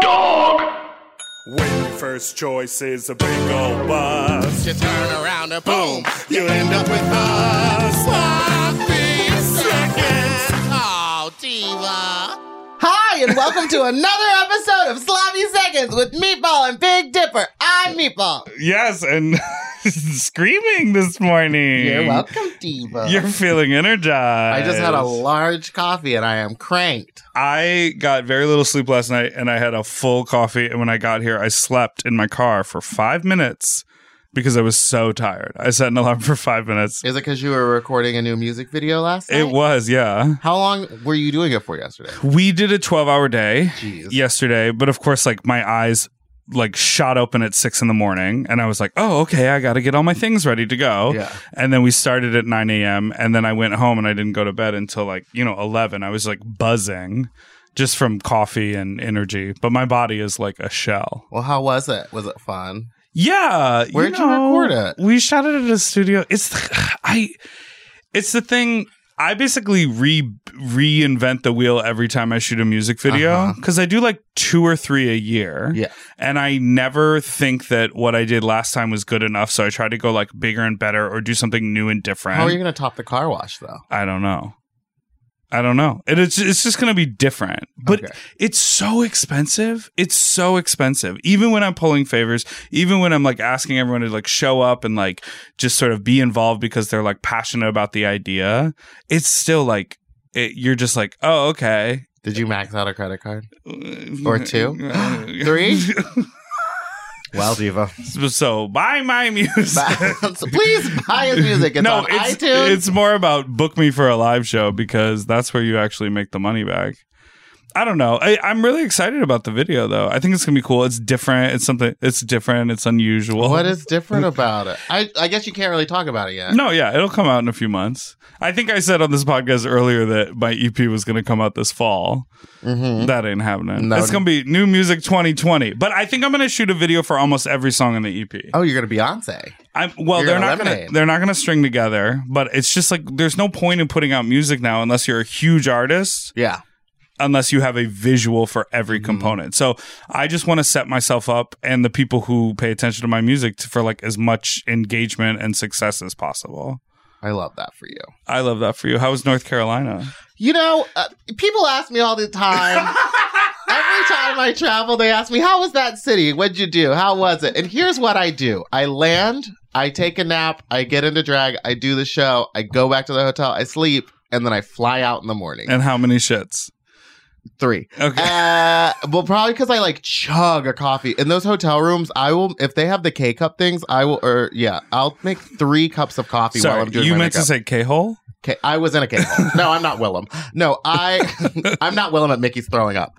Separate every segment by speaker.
Speaker 1: Dog.
Speaker 2: When your first choice is a big old bus,
Speaker 3: You turn around and boom, you end up with us. Sloppy seconds. Oh, Diva.
Speaker 4: Hi, and welcome to another episode of Sloppy Seconds with Meatball and Big Dipper. I'm Meatball.
Speaker 5: Yes, and screaming this morning.
Speaker 3: Mm.
Speaker 4: You're welcome, Diva.
Speaker 5: You're feeling
Speaker 4: I
Speaker 5: energized.
Speaker 4: just had a large coffee and I am cranked.
Speaker 5: I got very little sleep last night, and I had a full coffee. And when I got here, I slept in my car for five minutes because I was so tired. I set an alarm for five minutes.
Speaker 4: Is it because you were recording a new music video last night?
Speaker 5: It was, yeah.
Speaker 4: How long were you doing it for yesterday?
Speaker 5: We did a twelve-hour day
Speaker 4: Jeez.
Speaker 5: yesterday, but of course, like my eyes like shot open at six in the morning, and I was like, "Oh, okay, I got to get all my things ready to go."
Speaker 4: Yeah.
Speaker 5: And then we started at 9 a.m. And then I went home and I didn't go to bed until like, you know, 11. I was like buzzing just from coffee and energy. But my body is like a shell.
Speaker 4: Well, how was it? Was it fun?
Speaker 5: Yeah.
Speaker 4: Where'd you record it?
Speaker 5: We shot it at a studio. It's, I, it's the thing. I basically re reinvent the wheel every time I shoot a music video
Speaker 4: Uh-huh.
Speaker 5: because I do like two or three a year
Speaker 4: Yeah.
Speaker 5: and I never think that what I did last time was good enough. So I try to go like bigger and better or do something new and different.
Speaker 4: How are you going to top the car wash, though?
Speaker 5: I don't know. I don't know. It, it's it's just going to be different. But
Speaker 4: Okay.
Speaker 5: it's so expensive. It's so expensive. Even when I'm pulling favors, even when I'm like asking everyone to like show up and like just sort of be involved because they're like passionate about the idea, it's still like it, you're just like, "Oh, okay."
Speaker 4: Did you max out a credit card?
Speaker 5: Or
Speaker 4: two? Three? Well, Diva.
Speaker 5: so buy my music.
Speaker 4: so please buy his music. It's on
Speaker 5: it's,
Speaker 4: iTunes.
Speaker 5: it's more about book me for a live show because that's where you actually make the money back. I don't know. I, I'm really excited about the video though. I think it's gonna be cool. It's different. It's something. It's different. It's unusual.
Speaker 4: what is different about it? I, I guess you can't really talk about it yet.
Speaker 5: No, yeah, it'll come out in a few months. I think I said on this podcast earlier that my EP was going to come out this fall.
Speaker 4: Mm-hmm.
Speaker 5: That ain't happening.
Speaker 4: Hmm? No.
Speaker 5: It's going to be new music 2020. But I think I'm going to shoot a video for almost every song in the E EP.
Speaker 4: Oh, you're going to Beyonce.
Speaker 5: I'm, well,
Speaker 4: You're
Speaker 5: they're
Speaker 4: gonna
Speaker 5: not gonna,
Speaker 4: lemonade.
Speaker 5: they're not gonna string together, but it's just like there's no point in putting out music now unless you're a huge artist,
Speaker 4: Yeah.
Speaker 5: unless you have a visual for every
Speaker 4: Mm-hmm.
Speaker 5: component. So I just want to set myself up and the people who pay attention to my music to, for like as much engagement and success as possible.
Speaker 4: I love that for you.
Speaker 5: I love that for you. How was North Carolina?
Speaker 4: You know, uh, people ask me all the time. Every time I travel, they ask me, How was that city? What'd you do? How was it? And here's what I do I land, I take a nap, I get into drag, I do the show, I go back to the hotel, I sleep, and then I fly out in the morning.
Speaker 5: And how many shits?
Speaker 4: Three.
Speaker 5: Okay.
Speaker 4: Uh, well, probably because I like chug a coffee in those hotel rooms. I will if they have the K cup things. I will, or yeah, I'll make three cups of coffee while
Speaker 5: Sorry,
Speaker 4: I'm doing
Speaker 5: you
Speaker 4: my
Speaker 5: meant to
Speaker 4: makeup.
Speaker 5: say K hole?
Speaker 4: K- I was in a cave. no, I'm not Willem. No, I, I'm not Willem at Mickey's throwing up.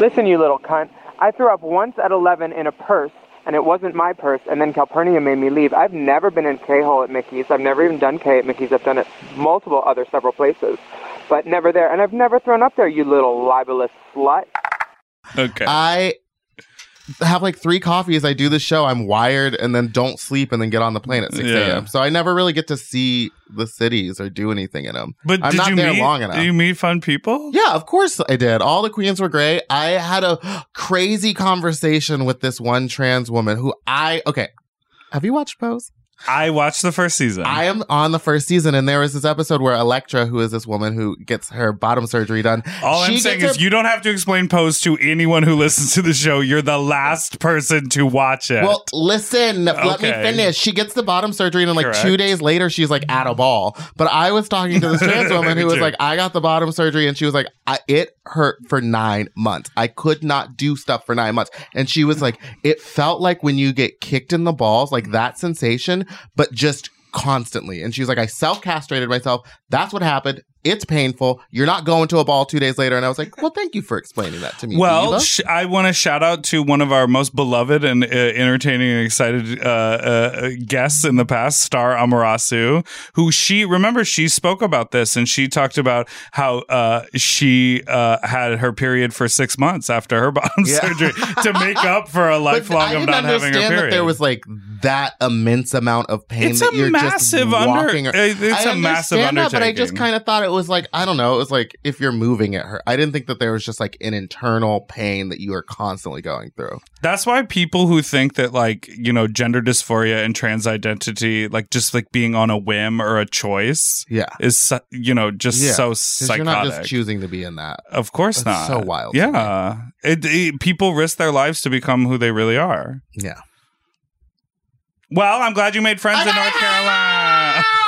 Speaker 6: Listen, you little cunt. I threw up once at 11 in a purse, and it wasn't my purse, and then Calpurnia made me leave. I've never been in K-hole at Mickey's. I've never even done K at Mickey's. I've done it multiple other several places, but never there. And I've never thrown up there, you little libelous slut.
Speaker 5: Okay.
Speaker 4: I have like three coffees. I do the show. I'm wired, and then don't sleep, and then get on the plane at 6
Speaker 5: Yeah.
Speaker 4: a.m. So I never really get to see the cities or do anything in them.
Speaker 5: but
Speaker 4: I'm
Speaker 5: did
Speaker 4: not
Speaker 5: you
Speaker 4: there
Speaker 5: meet,
Speaker 4: long enough.
Speaker 5: Did you meet fun people?
Speaker 4: Yeah, of course I did. All the queens were great. I had a crazy conversation with this one trans woman who I okay. Have you watched Pose?
Speaker 5: I watched the first season.
Speaker 4: I am on the first season, and there was this episode where Electra, who is this woman who gets her bottom surgery done,
Speaker 5: All
Speaker 4: she
Speaker 5: I'm
Speaker 4: gets
Speaker 5: saying
Speaker 4: her-
Speaker 5: is, you don't have to explain Pose to anyone who listens to the show. You're the last person to watch it.
Speaker 4: Well, listen, let me
Speaker 5: Okay.
Speaker 4: finish. She gets the bottom surgery, and then like two
Speaker 5: Correct.
Speaker 4: days later, she's like at a ball. But I was talking to this trans woman
Speaker 5: Me
Speaker 4: who was
Speaker 5: too.
Speaker 4: like, I got the bottom surgery, and she was like, I, it hurt for nine months. I could not do stuff for nine months. And she was like, it felt like when you get kicked in the balls, like that sensation, but just constantly. And she was like, I self castrated myself. That's what happened. It's painful. You're not going to a ball two days later. And I was like, well, thank you for explaining that to me.
Speaker 5: Well,
Speaker 4: Diva.
Speaker 5: sh- I want to shout out to one of our most beloved and uh, entertaining and excited uh, uh, guests in the past, Star Amarasu, who she remember she spoke about this and she talked about how uh, she uh, had her period for six months after her bottom
Speaker 4: Yeah.
Speaker 5: surgery to make up for a
Speaker 4: But
Speaker 5: lifelong of
Speaker 4: I didn't
Speaker 5: not having
Speaker 4: understand
Speaker 5: her period.
Speaker 4: that there was like that immense amount of pain
Speaker 5: It's
Speaker 4: that
Speaker 5: a
Speaker 4: you're
Speaker 5: massive
Speaker 4: just
Speaker 5: under-
Speaker 4: walking.
Speaker 5: it- it's
Speaker 4: I
Speaker 5: a massive
Speaker 4: understand that, But I just
Speaker 5: undertaking.
Speaker 4: kind of thought it was like I don't know. It was like if you're moving it hurt. I didn't think that there was just like an internal pain that you are constantly going through.
Speaker 5: That's why people who think that like, you know, gender dysphoria and trans identity, like just like being on a whim or a choice
Speaker 4: Yeah,
Speaker 5: is su- you know, just
Speaker 4: Yeah.
Speaker 5: so
Speaker 4: 'Cause
Speaker 5: psychotic.
Speaker 4: you're not just choosing to be in that.
Speaker 5: Of course
Speaker 4: That's
Speaker 5: not.
Speaker 4: so wild to
Speaker 5: Yeah. It, it- people risk their lives to become who they really are.
Speaker 4: Yeah.
Speaker 5: Well, I'm glad you made friends in North Carolina. Oh,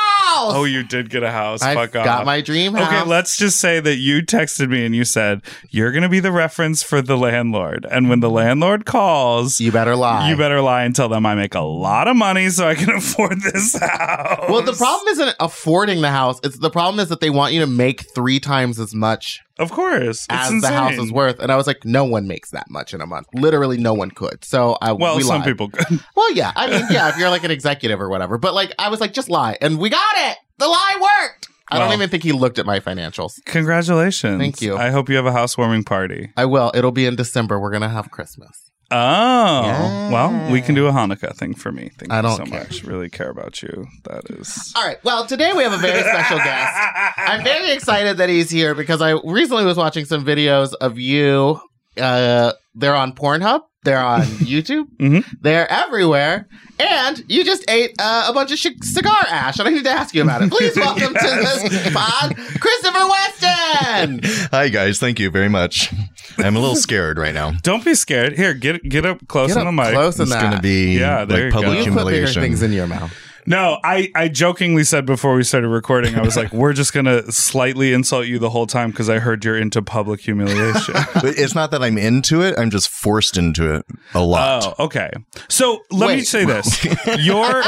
Speaker 4: Oh,
Speaker 5: you did get a house.
Speaker 4: I
Speaker 5: Fuck off.
Speaker 4: got my dream house.
Speaker 5: Okay, let's just say that you texted me and you said you're going to be the reference for the landlord. And when the landlord calls,
Speaker 4: you better lie.
Speaker 5: you better lie and tell them I make a lot of money so I can afford this house.
Speaker 4: Well, the problem isn't affording the house. It's the problem is that they want you to make three times as much
Speaker 5: of course,
Speaker 4: as
Speaker 5: it's insane.
Speaker 4: the house is worth. And I was like, no one makes that much in a month. Literally, no one could. So I
Speaker 5: Well,
Speaker 4: we
Speaker 5: some
Speaker 4: lied.
Speaker 5: people could.
Speaker 4: Well, yeah. I mean, yeah. If you're like an executive or whatever, but like I was like, just lie, and we got it. The lie worked. I don't
Speaker 5: Well.
Speaker 4: even think he looked at my financials.
Speaker 5: Congratulations.
Speaker 4: Thank you.
Speaker 5: I hope you have a housewarming party.
Speaker 4: I will. It'll be in December. We're gonna have Christmas.
Speaker 5: Oh, well, we can do a Hanukkah thing for me. Thank
Speaker 4: I
Speaker 5: you
Speaker 4: don't
Speaker 5: so
Speaker 4: care.
Speaker 5: much. Really care about you. That is.
Speaker 4: All right. Well, today we have a very special guest. I'm very excited that he's here because I recently was watching some videos of you. Uh, they're on Pornhub. They're on YouTube.
Speaker 7: Mm-hmm.
Speaker 5: Mhm.
Speaker 4: They're everywhere. And you just ate uh, a bunch of sh- cigar ash, and I need to ask you about it. Please welcome to this pod, Christopher Weston.
Speaker 7: Hi guys, thank you very much. I'm a little scared right now.
Speaker 5: Don't be scared. Here, get get up close
Speaker 4: Get
Speaker 5: on the
Speaker 4: up
Speaker 5: mic.
Speaker 4: close in
Speaker 7: It's going to
Speaker 4: that.
Speaker 7: be
Speaker 5: Yeah, there you
Speaker 7: like public
Speaker 5: go.
Speaker 4: You put bigger
Speaker 7: humiliation.
Speaker 4: things in your mouth.
Speaker 5: No, I, I jokingly said before we started recording, I was like, we're just going to slightly insult you the whole time because I heard you're into public humiliation.
Speaker 7: But it's not that I'm into it; I'm just forced into it a lot.
Speaker 5: oh, okay. So let me
Speaker 4: Wait.
Speaker 5: say this. Your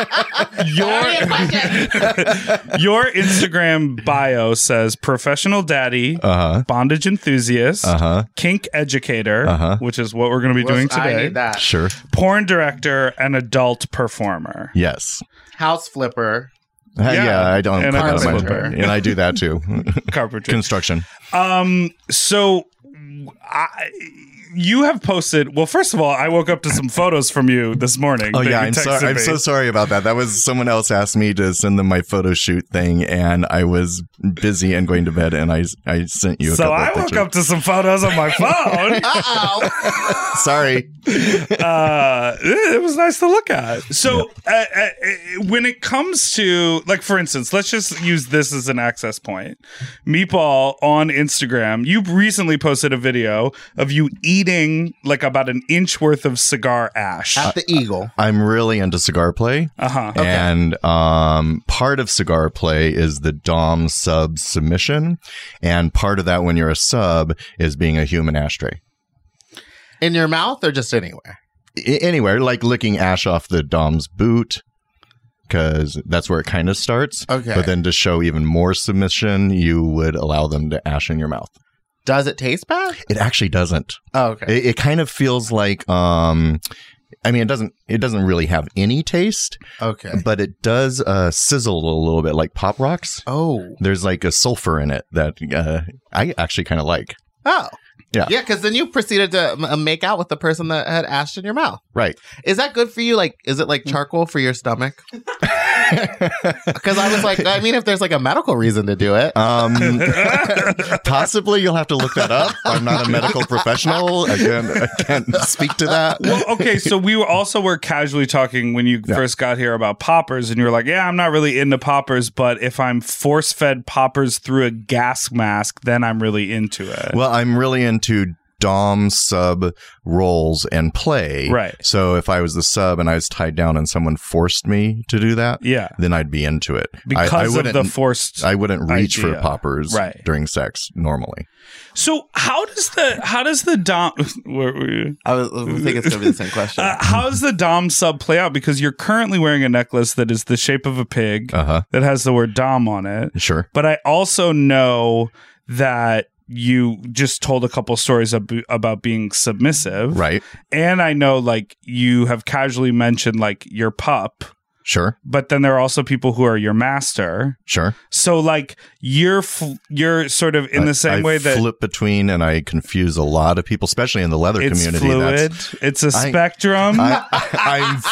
Speaker 5: your
Speaker 4: Any questions?
Speaker 5: your Instagram bio says professional daddy,
Speaker 7: Uh huh.
Speaker 5: bondage enthusiast,
Speaker 7: Uh huh.
Speaker 5: kink educator,
Speaker 7: Uh-huh.
Speaker 5: which is what we're going to be doing
Speaker 4: I
Speaker 5: today,
Speaker 4: need that.
Speaker 7: Sure.
Speaker 5: porn director, and adult performer.
Speaker 7: Yes.
Speaker 4: House flipper.
Speaker 7: Uh,
Speaker 5: Yeah.
Speaker 7: Yeah, I don't.
Speaker 5: And
Speaker 7: put
Speaker 5: I'm
Speaker 7: that in my-
Speaker 5: carpenter.
Speaker 7: and I do that too.
Speaker 5: Carpentry.
Speaker 7: Construction.
Speaker 5: Um. So, I, you have posted. Well, first of all, I woke up to some photos from you this morning.
Speaker 7: Oh
Speaker 5: that
Speaker 7: yeah,
Speaker 5: you
Speaker 7: I'm
Speaker 5: texted
Speaker 7: sorry. I'm
Speaker 5: me.
Speaker 7: so sorry about that. That was someone else asked me to send them my photo shoot thing, and I was busy and going to bed, and I I sent you. A
Speaker 5: So
Speaker 7: couple
Speaker 5: I
Speaker 7: of
Speaker 5: woke
Speaker 7: pictures.
Speaker 5: up to some photos on my phone.
Speaker 4: Uh-oh.
Speaker 7: Sorry.
Speaker 5: uh, it was nice to look at. So, uh, uh, uh, when it comes to, like, for instance, let's just use this as an access point. Meatball on Instagram, you recently posted a video of you eating like about an inch worth of cigar ash. Uh-huh. Uh
Speaker 7: Ah.
Speaker 4: At the eagle.
Speaker 7: I'm really into cigar play.
Speaker 5: huh.
Speaker 7: And um, part of cigar play is the Dom sub submission. And part of that when you're a sub is being a human ashtray.
Speaker 4: In your mouth or just anywhere?
Speaker 7: I- anywhere, like licking ash off the Dom's boot, because that's where it kind of starts.
Speaker 4: Okay.
Speaker 7: But then to show even more submission, you would allow them to ash in your mouth.
Speaker 4: Does it taste bad?
Speaker 7: It actually doesn't.
Speaker 4: Oh, okay.
Speaker 7: It, it kind of feels like. Um, I mean, it doesn't. It doesn't really have any taste,
Speaker 4: okay.
Speaker 7: but it does uh, sizzle a little bit, like pop rocks.
Speaker 4: Oh.
Speaker 7: there's like a sulfur in it that uh, I actually kind of like.
Speaker 4: Oh.
Speaker 7: Yeah.
Speaker 4: Yeah, because then you proceeded to um, make out with the person that had ash in your mouth.
Speaker 7: Right.
Speaker 4: Is that good for you? Like, is it like charcoal for your stomach? Because I was like, I mean, if there's like a medical reason to do it,
Speaker 7: Um, possibly you'll have to look that up. I'm not a medical professional. Again, I can't speak to that.
Speaker 5: well, okay, so we were also were casually talking when you first got here about poppers, and you were like, "Yeah, I'm not really into poppers, but if I'm force fed poppers through a gas mask, then I'm really into it."
Speaker 7: Well, I'm really into Dom sub roles and play.
Speaker 5: Right.
Speaker 7: So if I was the sub and I was tied down and someone forced me to do that,
Speaker 5: Yeah.
Speaker 7: then I'd be into it. I-
Speaker 5: Because
Speaker 7: I,
Speaker 5: of
Speaker 7: wouldn't,
Speaker 5: the forced
Speaker 7: I wouldn't reach
Speaker 5: idea.
Speaker 7: for poppers
Speaker 5: Right.
Speaker 7: during sex normally.
Speaker 5: So how does the how does the dom where were you?
Speaker 8: I, was, I think it's going to be the same question.
Speaker 5: Uh, how does the dom sub play out? Because you're currently wearing a necklace that is the shape of a pig
Speaker 7: Uh huh.
Speaker 5: that has the word dom on it.
Speaker 7: Sure.
Speaker 5: But I also know that you just told a couple stories ab- about being submissive,
Speaker 7: Right.
Speaker 5: And I know like you have casually mentioned like your pup,
Speaker 7: Sure.
Speaker 5: but then there are also people who are your master.
Speaker 7: Sure.
Speaker 5: So like you're fl- you're sort of in
Speaker 7: I-
Speaker 5: the same
Speaker 7: I
Speaker 5: way that
Speaker 7: flip between and I confuse a lot of people, especially in the leather
Speaker 5: it's
Speaker 7: community.
Speaker 5: fluid. It's a
Speaker 7: I-
Speaker 5: spectrum.
Speaker 7: I, I, I'm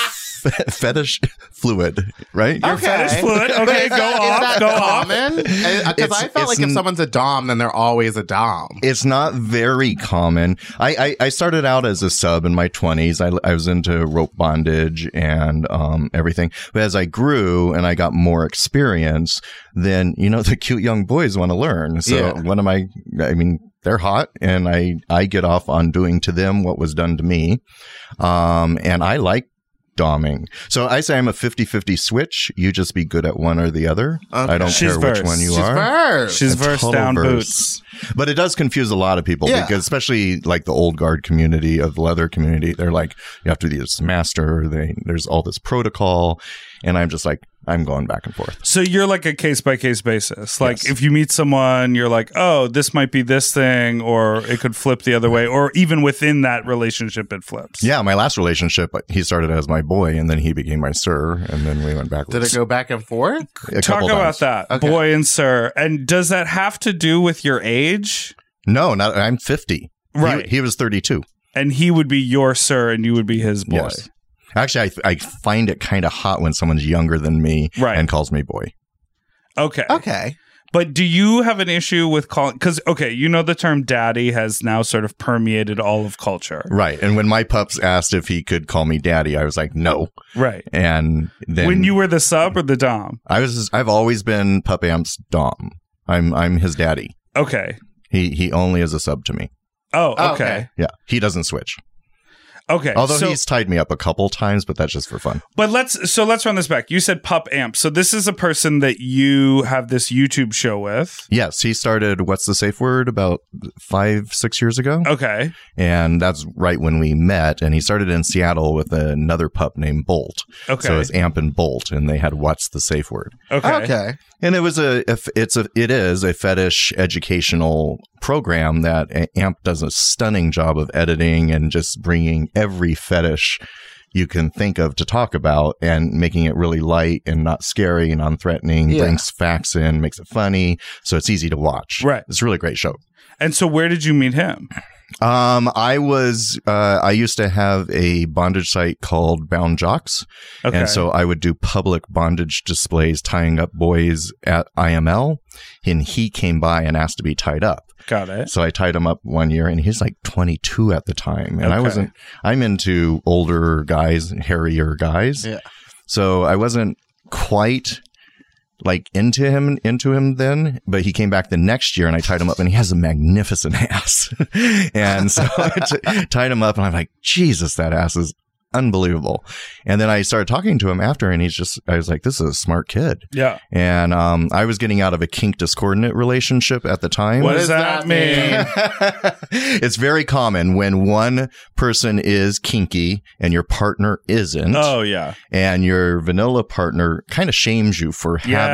Speaker 7: fe- fetish fluid, right?
Speaker 5: fetish fluid. Okay, go off, go off.
Speaker 4: Because
Speaker 7: It's-
Speaker 4: uh, I felt
Speaker 7: it's
Speaker 4: like if
Speaker 7: n-
Speaker 4: someone's a dom, then they're always a dom.
Speaker 7: It's not very common. I, I, I started out as a sub in my 20s. I, I was into rope bondage and um, everything. But as I grew and I got more experience, then, you know, the cute young boys want to learn. So
Speaker 8: Yeah.
Speaker 7: what am I? I mean, they're hot and I, I get off on doing to them what was done to me. Um, and I like doming. So I say I'm a 50 50 switch. You just be good at one or the other. I don't
Speaker 5: She's
Speaker 7: care
Speaker 5: versed.
Speaker 7: which one you
Speaker 4: She's
Speaker 7: are.
Speaker 4: first.
Speaker 5: She's
Speaker 7: A
Speaker 5: versed
Speaker 7: total
Speaker 5: down
Speaker 7: verse.
Speaker 5: boots.
Speaker 7: But it does confuse a lot of people
Speaker 4: Yeah.
Speaker 7: because especially like the old guard community of the leather community, they're like, you have to do this master. They, there's all this protocol. And I'm just like, I'm going back and forth.
Speaker 5: So you're like a case by case basis. Like
Speaker 7: Yes.
Speaker 5: if you meet someone, you're like, oh, this might be this thing, or it could flip the other way, or even within that relationship, it flips.
Speaker 7: Yeah, my last relationship, he started as my boy and then he became my sir. And then we
Speaker 4: Did
Speaker 7: went backwards.
Speaker 4: it go back and forth?
Speaker 7: a
Speaker 5: Talk
Speaker 7: couple
Speaker 5: about
Speaker 7: times.
Speaker 5: that,
Speaker 4: Okay.
Speaker 5: boy and sir. And does that have to do with your age?
Speaker 7: No, not, I'm 50. He-
Speaker 5: Right.
Speaker 7: He, was 32.
Speaker 5: And he would be your sir, and you would be his boy.
Speaker 7: Yes. Actually, I, I find it kind of hot when someone's younger than me
Speaker 5: Right.
Speaker 7: and calls me boy.
Speaker 5: Okay.
Speaker 8: okay.
Speaker 5: But do you have an issue with calling? Because okay, you know the term "daddy" has now sort of permeated all of culture,
Speaker 7: Right. And when my pups asked if he could call me daddy, I was like, no.
Speaker 5: right?
Speaker 7: And then
Speaker 5: when you were the sub or the dom?
Speaker 7: I was I've always been Pup Amp's Dom. I'm I'm his daddy.
Speaker 5: Okay.
Speaker 7: He he only is a sub to me.
Speaker 5: Oh,
Speaker 4: Oh,
Speaker 5: okay.
Speaker 4: okay.
Speaker 7: Yeah. He doesn't switch.
Speaker 5: Okay.
Speaker 7: Although
Speaker 5: so,
Speaker 7: he's tied me up a couple times, but that's just for fun.
Speaker 5: but let's so let's run this back. You said Pup Amp. So this is a person that you have this YouTube show with.
Speaker 7: Yes, he started what's the safe word about five, six years ago.
Speaker 5: Okay.
Speaker 7: And that's right when we met. And he started in Seattle with another pup named Bolt.
Speaker 5: Okay.
Speaker 7: So it's Amp and Bolt, and they had what's the safe word.
Speaker 5: okay.
Speaker 4: Okay.
Speaker 7: And it was a if it's a it is a fetish educational program that A- AMP does a stunning job of editing and just bringing every fetish you can think of to talk about and making it really light and not scary, non-threatening,
Speaker 4: Yeah.
Speaker 7: brings facts in, makes it funny, so it's easy to watch.
Speaker 5: Right.
Speaker 7: It's a really great show.
Speaker 5: And so where did you meet him?
Speaker 7: Um, I was uh, I used to have a bondage site called Bound Jocks,
Speaker 5: Okay.
Speaker 7: and so I would do public bondage displays, tying up boys at IML, and he came by and asked to be tied up.
Speaker 5: got it.
Speaker 7: So I tied him up one year, and he's like 22 at the time, and I
Speaker 5: Okay.
Speaker 7: wasn't. I'm into older guys, hairier guys.
Speaker 4: Yeah.
Speaker 7: So I wasn't quite like into him into him then but he came back the next year and i tied him up and he has a magnificent ass and so i t- tied him up and i'm like jesus that ass is unbelievable and then i started talking to him after and he's just i was like this is a smart kid
Speaker 5: Yeah.
Speaker 7: and um, i was getting out of a kink discordant relationship at the time
Speaker 5: What does that mean?
Speaker 7: it's very common when one person is kinky and your partner isn't,
Speaker 5: oh yeah.
Speaker 7: and your vanilla partner kind of shames you for having that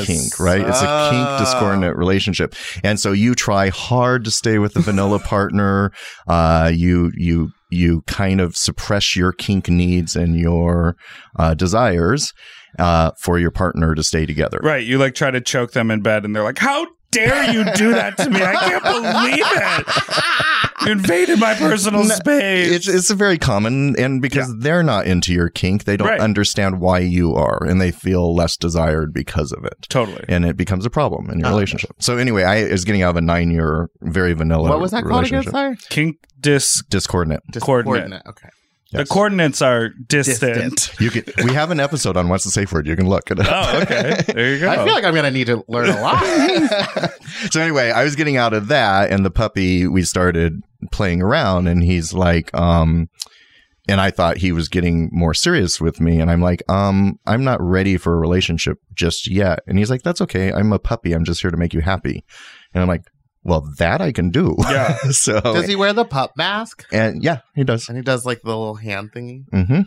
Speaker 5: Yes. Ah.
Speaker 7: kink, right? It's a kink discordant relationship, and so you try hard to stay with the vanilla partner. Uh, you you you kind of suppress your kink needs and your uh, desires uh, for your partner to stay together.
Speaker 5: Right. You like try to choke them in bed, and they're like, "How dare you do that to me? I can't believe it! You invaded my personal space."
Speaker 7: It's it's very common, and because they're not into your kink, they don't
Speaker 5: Right.
Speaker 7: understand why you are, and they feel less desired because of it,
Speaker 5: totally.
Speaker 7: and it becomes a problem
Speaker 5: Oh,
Speaker 7: in your relationship. So anyway, I is getting out of a nine year very vanilla.
Speaker 4: What was that called again?
Speaker 7: relationship.
Speaker 4: Sorry.
Speaker 5: Kink disc
Speaker 7: Discordant.
Speaker 5: coordinate.
Speaker 4: Okay.
Speaker 5: The coordinates are distant.
Speaker 7: You can. We have an episode on what's the safe word. You can look it up.
Speaker 5: Oh, okay. There you go.
Speaker 4: I feel like I'm gonna need to learn a lot.
Speaker 7: so anyway, I was getting out of that, and the puppy we started playing around and he's like um and I thought he was getting more serious with me and I'm like um I'm not ready for a relationship just yet and he's like that's okay I'm a puppy I'm just here to make you happy and I'm like well that I can do
Speaker 5: Yeah.
Speaker 7: so
Speaker 4: Does he wear the pup mask?
Speaker 7: and yeah he does
Speaker 8: And he does like the little hand thingy.
Speaker 7: hmm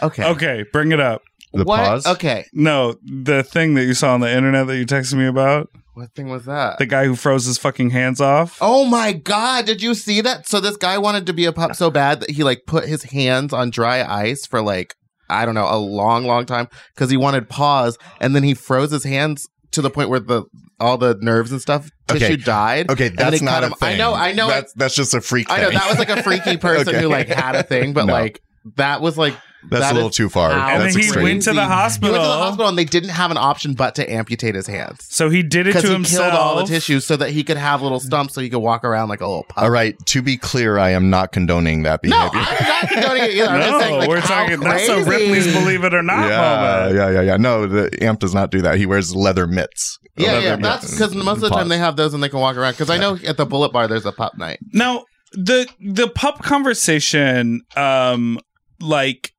Speaker 8: Okay.
Speaker 5: Okay, bring it up.
Speaker 7: the
Speaker 4: what?
Speaker 7: pause
Speaker 4: Okay.
Speaker 5: No, the thing that you saw on the internet that you texted me about,
Speaker 8: What thing was that?
Speaker 5: the guy who froze his fucking hands off.
Speaker 4: Oh my god, did you see that? So this guy wanted to be a pup so bad that he like put his hands on dry ice for like I don't know, a long long time cuz he wanted paws and then he froze his hands to the point where the all the nerves and stuff
Speaker 7: Okay.
Speaker 4: tissue died.
Speaker 7: okay
Speaker 4: and then
Speaker 7: that's
Speaker 4: they
Speaker 7: not
Speaker 4: cut
Speaker 7: a
Speaker 4: him.
Speaker 7: thing
Speaker 4: I know, I know.
Speaker 7: that's,
Speaker 4: it-
Speaker 7: that's just a freak
Speaker 4: I know that was like a freaky person
Speaker 7: Okay.
Speaker 4: who like had a thing, but
Speaker 7: No.
Speaker 4: like that was like
Speaker 7: that's
Speaker 4: that
Speaker 7: a little
Speaker 4: is
Speaker 7: too far
Speaker 4: how
Speaker 5: And
Speaker 7: that's
Speaker 5: then he
Speaker 7: extreme.
Speaker 5: went to the
Speaker 4: He went to the
Speaker 5: hospital.
Speaker 4: hospital and they didn't have an option but to amputate his hands.
Speaker 5: So he did it to
Speaker 4: Because he
Speaker 5: himself.
Speaker 4: killed all the tissues so that he could have little stumps so he could walk around like a little pup.
Speaker 7: all right to be clear I am not condoning that
Speaker 4: No,
Speaker 7: behavior
Speaker 4: I'm not condoning it either. I'm
Speaker 5: No,
Speaker 4: just saying, like,
Speaker 5: we're
Speaker 4: how
Speaker 5: talking. That's a
Speaker 4: crazy.
Speaker 5: Ripley's Believe It or Not
Speaker 7: yeah,
Speaker 5: moment.
Speaker 7: yeah, yeah, yeah. No, the amp does not do that. He wears leather mitts.
Speaker 4: Yeah,
Speaker 7: Leather
Speaker 4: yeah,
Speaker 7: mitts
Speaker 4: that's because
Speaker 7: and
Speaker 4: most of the
Speaker 7: paws.
Speaker 4: time they have those and they can walk around. Because I know at the Bullet Bar there's a pup night.
Speaker 5: Now the the pup conversation, um, like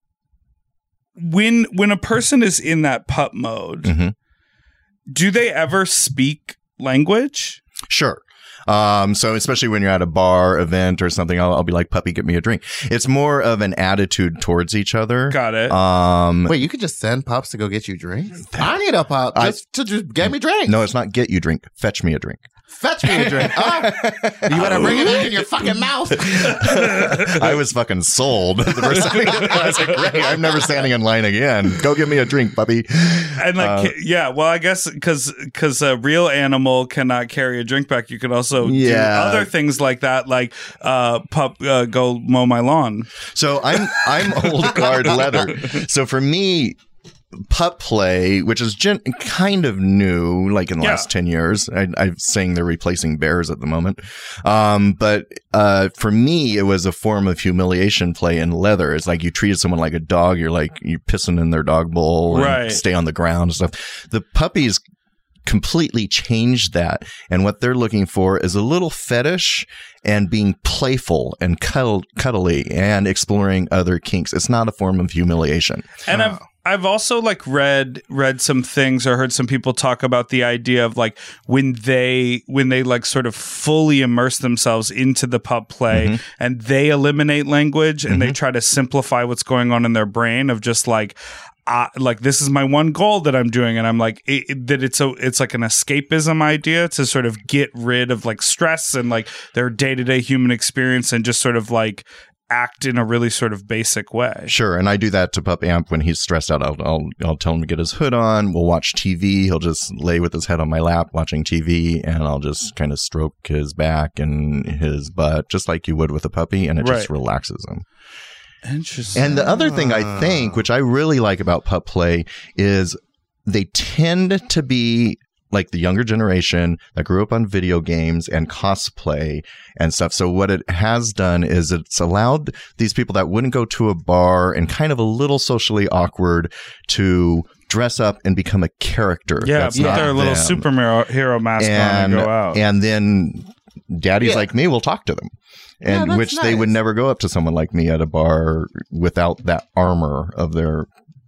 Speaker 5: when when a person is in that pup mode,
Speaker 4: Mm.
Speaker 7: Mhm.
Speaker 5: do they ever speak language?
Speaker 7: Sure. Um, so especially when you're at a bar event or something, I'll, I'll be like, "Puppy, get me a drink." It's more of an attitude towards each other.
Speaker 5: Got it.
Speaker 7: Um,
Speaker 4: Wait, you could just send pups to go get you drinks. I need a pup
Speaker 7: I-
Speaker 4: just to just get me drinks.
Speaker 7: no, it's not get you drink. Fetch me a drink.
Speaker 4: fetch me a drink. Oh, you better bring it back in your fucking mouth.
Speaker 7: I was fucking sold the first time. I was like, "Great, I'm never standing in line again. Go get me a drink, puppy."
Speaker 5: and like ca- yeah well i guess because because a real animal cannot carry a drink back you could also do
Speaker 7: Yeah.
Speaker 5: other things like that like uh pup uh, go mow my lawn
Speaker 7: So I'm I'm old guard leather. So for me, pup play, which is gen- kind of new, like in the
Speaker 5: Yeah.
Speaker 7: last ten years, I, I'm saying they're replacing bears at the moment. Um, but uh, for me, it was a form of humiliation play in leather. It's like you treated someone like a dog. You're like you're pissing in their dog bowl, and
Speaker 5: Right.
Speaker 7: Stay on the ground and stuff. The puppies completely changed that. And what they're looking for is a little fetish and being playful and cuddle, cuddly and exploring other kinks. It's not a form of humiliation.
Speaker 5: and i've I've also like read read some things or heard some people talk about the idea of like when they when they like sort of fully immerse themselves into the pup play and they eliminate language and they try to simplify what's going on in their brain of just like uh, like this is my one goal that I'm doing and I'm like it, it- that it's a it's like an escapism idea to sort of get rid of like stress and like their day-to-day human experience and just sort of like act in a really sort of basic way.
Speaker 7: Sure, and I do that to Pup Amp when he's stressed out. I'll, I'll I'll tell him to get his hood on. We'll watch TV. He'll just lay with his head on my lap watching TV, and I'll just kind of stroke his back and his butt, just like you would with a puppy, and it just
Speaker 5: Right.
Speaker 7: relaxes him.
Speaker 5: Interesting.
Speaker 7: And the other thing I think, which I really like about pup play, is they tend to be like the younger generation that grew up on video games and cosplay and stuff. So what it has done is it's allowed these people that wouldn't go to a bar and kind of a little socially awkward to dress up and become a character.
Speaker 5: Yeah,
Speaker 7: that's
Speaker 5: put
Speaker 7: not
Speaker 5: their little
Speaker 7: them.
Speaker 5: superhero mask
Speaker 7: and
Speaker 5: on and go out.
Speaker 7: and then daddies
Speaker 4: Yeah.
Speaker 7: like me will talk to them.
Speaker 4: Yeah,
Speaker 7: And
Speaker 4: that's
Speaker 7: which they would
Speaker 4: nice.
Speaker 7: never go up to someone like me at a bar without that armor of their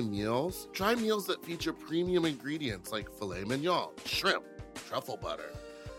Speaker 8: meals? Try meals that feature premium ingredients like filet mignon, shrimp, truffle butter,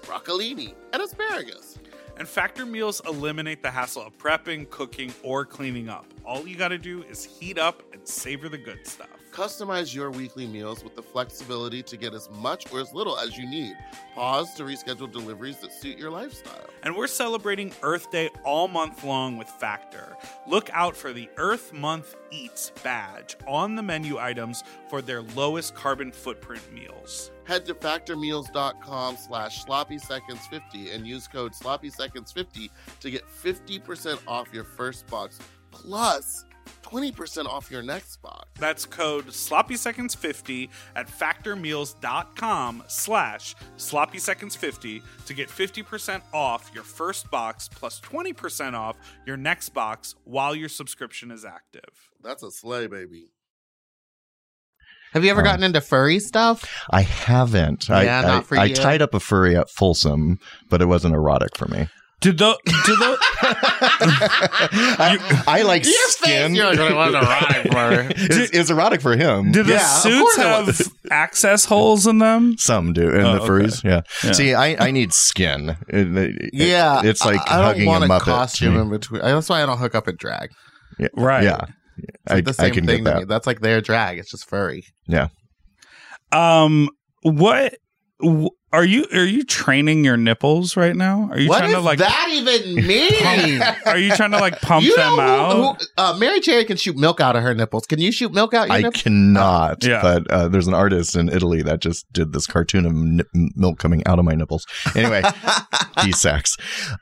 Speaker 8: broccolini, and asparagus.
Speaker 5: And Factor meals eliminate the hassle of prepping, cooking, or cleaning up. All you got to do is heat up and savor the good stuff.
Speaker 8: Customize your weekly meals with the flexibility to get as much or as little as you need. Pause to reschedule deliveries that suit your lifestyle.
Speaker 5: And we're celebrating Earth Day all month long with Factor. Look out for the Earth Month Eats badge on the menu items for their lowest carbon footprint meals.
Speaker 8: Head to factormeals.com slash sloppyseconds50 and use code sloppyseconds50 to get 50% off your first box plus 20% off your next box.
Speaker 5: That's code sloppyseconds50 at factormeals.com slash sloppyseconds50 to get 50% off your first box plus 20% off your next box while your subscription is active.
Speaker 8: That's a sleigh, baby.
Speaker 4: Have you ever
Speaker 7: Um,
Speaker 4: gotten into furry stuff?
Speaker 7: I haven't. I,
Speaker 4: Yeah, not
Speaker 7: I-
Speaker 4: for
Speaker 7: I
Speaker 4: you.
Speaker 7: tied up a furry at Folsom, but it wasn't erotic for me.
Speaker 5: Did the, did the,
Speaker 7: I, I like skin. it's, it's erotic for him.
Speaker 5: did the
Speaker 4: Yeah, of
Speaker 5: suits
Speaker 4: course it
Speaker 5: have access holes in them?
Speaker 7: Some do in
Speaker 5: Oh,
Speaker 7: the
Speaker 5: okay.
Speaker 7: furries. Yeah.
Speaker 5: Yeah.
Speaker 7: See, I, I need skin. It- it-
Speaker 4: Yeah,
Speaker 7: it's like
Speaker 4: I, I don't
Speaker 7: hugging
Speaker 4: want
Speaker 7: a
Speaker 4: a
Speaker 7: muppet. to
Speaker 4: costume
Speaker 7: me.
Speaker 4: in between. That's why I don't hook up and drag.
Speaker 5: Right.
Speaker 7: Yeah,
Speaker 4: It's like the
Speaker 7: I, I
Speaker 4: same
Speaker 7: can
Speaker 4: thing
Speaker 7: get
Speaker 4: to
Speaker 7: that.
Speaker 4: me. That's like their drag. It's just furry.
Speaker 5: Um, what w- are you are you training your nipples right now? Are you
Speaker 4: What
Speaker 5: trying to
Speaker 4: does
Speaker 5: like
Speaker 4: that even mean?
Speaker 5: are you trying to like pump
Speaker 4: you
Speaker 5: them
Speaker 4: know who-
Speaker 5: out?
Speaker 4: who- uh, Mary Cherry can shoot milk out of her nipples. Can you shoot milk out your
Speaker 7: I
Speaker 4: nipples?
Speaker 7: cannot.
Speaker 5: Yeah.
Speaker 7: But uh, there's an artist in Italy that just did this cartoon of n- milk coming out of my nipples. Anyway,
Speaker 5: Ah.
Speaker 7: D-sex.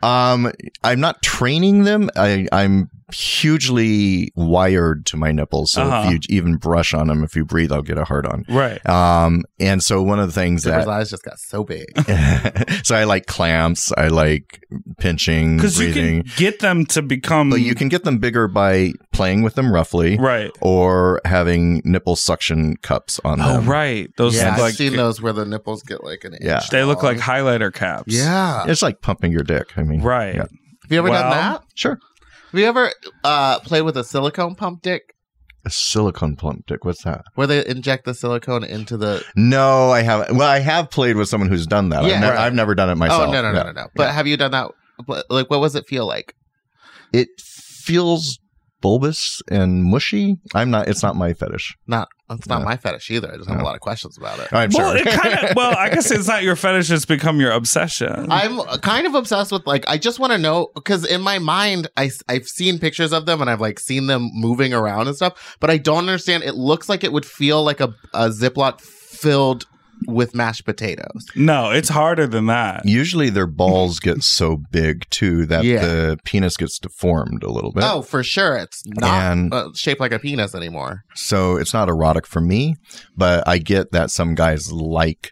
Speaker 7: Um, I'm not training them. I, I'm hugely wired to my nipples. So
Speaker 5: Uh-huh.
Speaker 7: if you even brush on them, if you breathe, I'll get a hard on.
Speaker 5: right.
Speaker 7: Um, and so one of the things
Speaker 4: Zipper's
Speaker 7: that
Speaker 4: eyes just got so big.
Speaker 7: so I like clamps, I like pinching,
Speaker 5: Because you
Speaker 7: breathing.
Speaker 5: can get them to become
Speaker 7: but you can get them bigger by playing with them roughly
Speaker 5: right.
Speaker 7: or having nipple suction cups on
Speaker 5: Oh,
Speaker 7: them.
Speaker 5: right. Those
Speaker 4: yeah,
Speaker 5: look
Speaker 4: I've
Speaker 5: like
Speaker 4: seen those where the nipples get like an inch.
Speaker 7: Yeah.
Speaker 5: they look
Speaker 4: long.
Speaker 5: like highlighter caps.
Speaker 4: Oh. Yeah.
Speaker 7: It's like pumping your dick. I mean,
Speaker 5: Right.
Speaker 7: Yeah.
Speaker 4: Have you ever
Speaker 5: Well-
Speaker 4: done that?
Speaker 7: Sure.
Speaker 4: Have you ever uh, played with a silicone pump dick
Speaker 7: A silicone plump dick. What's that?
Speaker 4: where they inject the silicone into the?
Speaker 7: No, I haven't. Well, I have played with someone who's done that.
Speaker 4: Yeah,
Speaker 7: I've, never,
Speaker 4: right.
Speaker 7: I've never done it myself.
Speaker 4: oh no no no
Speaker 7: Yeah.
Speaker 4: no no! But have you done that? But, Like, what does it feel like?
Speaker 7: It feels bulbous and mushy. I'm not. It's not my fetish.
Speaker 4: Not. It's not
Speaker 7: No.
Speaker 4: my fetish either. I just have a
Speaker 7: No.
Speaker 4: lot of questions about it.
Speaker 7: I'm
Speaker 5: Well,
Speaker 7: sure.
Speaker 5: it kind of. Well, I guess it's not your fetish; it's become your obsession.
Speaker 4: I'm kind of obsessed with like I just want to know because in my mind I have seen pictures of them and I've like seen them moving around and stuff, but I don't understand. It looks like it would feel like a a ziploc filled with mashed potatoes.
Speaker 5: no, it's harder than that.
Speaker 7: Usually their balls get so big too that
Speaker 4: Yeah.
Speaker 7: the penis gets deformed a little bit.
Speaker 4: oh, for sure, it's not
Speaker 7: And-
Speaker 4: uh, shaped like a penis anymore.
Speaker 7: So it's not erotic for me, but I get that some guys like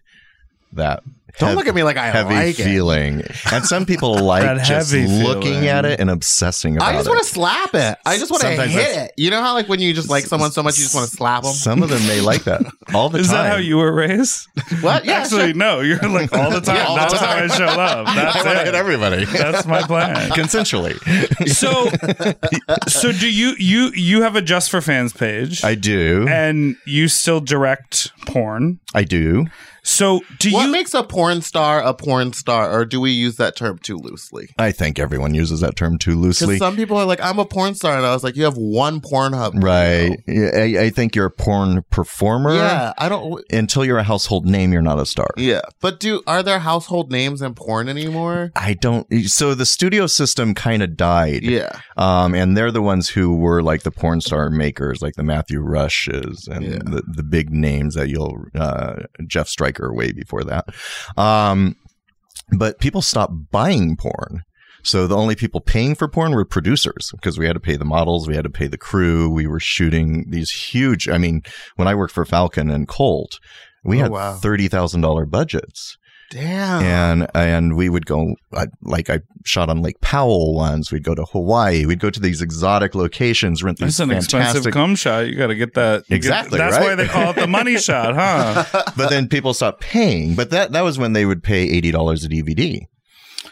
Speaker 7: that.
Speaker 4: Don't
Speaker 7: hev-
Speaker 4: look at me like I
Speaker 7: heavy
Speaker 4: like it.
Speaker 7: feeling. And some people like
Speaker 5: That
Speaker 7: just
Speaker 5: heavy
Speaker 7: looking
Speaker 5: feeling.
Speaker 7: at it and obsessing about
Speaker 4: I
Speaker 7: it.
Speaker 4: just want to slap it. I just want to
Speaker 7: Sometimes
Speaker 4: hit
Speaker 7: that's-
Speaker 4: it. You know how like when you just like someone so much, you just want to slap them.
Speaker 7: Some of them may like that all the
Speaker 5: Is
Speaker 7: time.
Speaker 5: that how you were raised?
Speaker 4: What? Yeah,
Speaker 5: Actually, no. You're like all the time.
Speaker 4: Yeah, all the
Speaker 5: That's how I show love. That's
Speaker 7: I want to
Speaker 5: it.
Speaker 7: hit everybody
Speaker 5: That's my plan.
Speaker 7: consensually.
Speaker 5: So, so do you you you have a just for fans page?
Speaker 7: I do.
Speaker 5: and you still direct porn.
Speaker 7: I do.
Speaker 5: So do
Speaker 4: What
Speaker 5: you?
Speaker 4: makes a porn star a porn star, or do we use that term too loosely?
Speaker 7: I think everyone uses that term too
Speaker 4: Because
Speaker 7: loosely.
Speaker 4: some people are like, I'm a porn star. And I was like, you have one Pornhub. video."
Speaker 7: Right. Yeah, I, I think you're a porn performer.
Speaker 4: Yeah. I don't.
Speaker 7: Until you're a household name, you're not a star.
Speaker 4: Yeah. But do, are there household names in porn anymore?
Speaker 7: I don't. So the studio system kind of died.
Speaker 4: Yeah.
Speaker 7: Um, and they're the ones who were like the porn star makers, like the Matthew Rushes and
Speaker 4: Yeah.
Speaker 7: the, the big names that you'll, uh, Jeff Stryker way before that. Um, but people stopped buying porn. So the only people paying for porn were producers because we had to pay the models, we had to pay the crew. We were shooting these huge. I mean, when I worked for Falcon and Colt, we
Speaker 4: Oh,
Speaker 7: had
Speaker 4: wow.
Speaker 7: thirty thousand dollar budgets,
Speaker 4: Damn.
Speaker 7: and and we would go I, like I shot on Lake Powell once. We'd go to Hawaii. We'd go to these exotic locations, rent these
Speaker 5: That's an expensive
Speaker 7: fantastic
Speaker 5: cum shot. You got to get that. you get-
Speaker 7: Exactly,
Speaker 5: that's
Speaker 7: right?
Speaker 5: why they call it the money shot, huh?
Speaker 7: but then people stopped paying. But that that was when they would pay eighty dollars a DVD.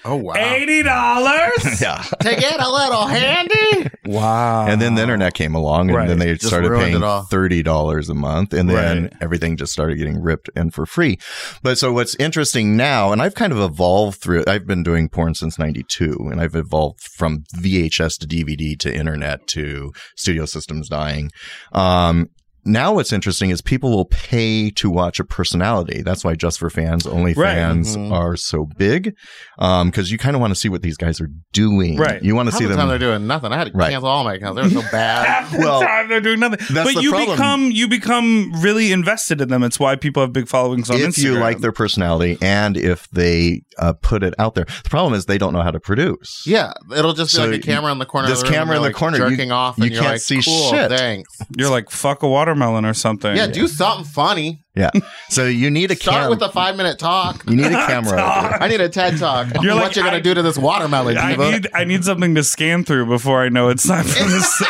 Speaker 8: Oh wow.
Speaker 5: Eighty dollars.
Speaker 7: Yeah,
Speaker 4: to get a little handy.
Speaker 5: Wow.
Speaker 7: and then the internet came along, and
Speaker 5: Right.
Speaker 7: then they
Speaker 8: Just
Speaker 7: started
Speaker 8: ruined
Speaker 7: paying
Speaker 8: it all.
Speaker 7: thirty dollars a month, and then
Speaker 5: Right.
Speaker 7: everything just started getting ripped and for free. But so what's interesting now, and I've kind of evolved through. I've been doing porn since '92, and I've evolved from VHS to DVD to internet to studio systems dying. Um, now what's interesting is people will pay to watch a personality. That's why just for fans, only
Speaker 5: Right.
Speaker 7: fans
Speaker 4: Mhm.
Speaker 7: are so big. Um, cause you kind of want to see what these guys are doing.
Speaker 5: Right.
Speaker 7: You want to see
Speaker 4: Half the time
Speaker 7: them.
Speaker 4: they're doing nothing. I had to
Speaker 7: Right.
Speaker 4: cancel all my accounts. They were so bad.
Speaker 5: Half the
Speaker 7: Well,
Speaker 5: time they're doing nothing.
Speaker 7: that's
Speaker 5: but
Speaker 7: the
Speaker 5: you
Speaker 7: problem.
Speaker 5: become you become really invested in them. It's why people have big followings on
Speaker 7: If
Speaker 5: Instagram.
Speaker 7: you like their personality and if they uh, put it out there, the problem is they don't know how to produce.
Speaker 4: yeah, it'll just be
Speaker 7: So
Speaker 4: like a camera in the corner. of
Speaker 7: this
Speaker 4: the room and
Speaker 7: camera in
Speaker 4: you're,
Speaker 7: the
Speaker 4: like,
Speaker 7: corner, you-
Speaker 4: jerking off.
Speaker 7: you
Speaker 4: and you're
Speaker 7: can't
Speaker 4: like,
Speaker 7: see
Speaker 4: cool,
Speaker 7: shit.
Speaker 4: Thanks.
Speaker 5: you're like fuck a watermelon or something.
Speaker 4: Yeah, do something funny.
Speaker 7: Yeah. So you need a
Speaker 4: Start
Speaker 7: camera.
Speaker 4: with a five minute talk.
Speaker 7: you need a camera. out there.
Speaker 4: I need a TED talk.
Speaker 5: You're
Speaker 4: what
Speaker 5: like,
Speaker 4: you gonna
Speaker 5: I-
Speaker 4: do to this watermelon,
Speaker 5: I
Speaker 4: Diva? I
Speaker 5: need I need something to scan through before I know it's time for this.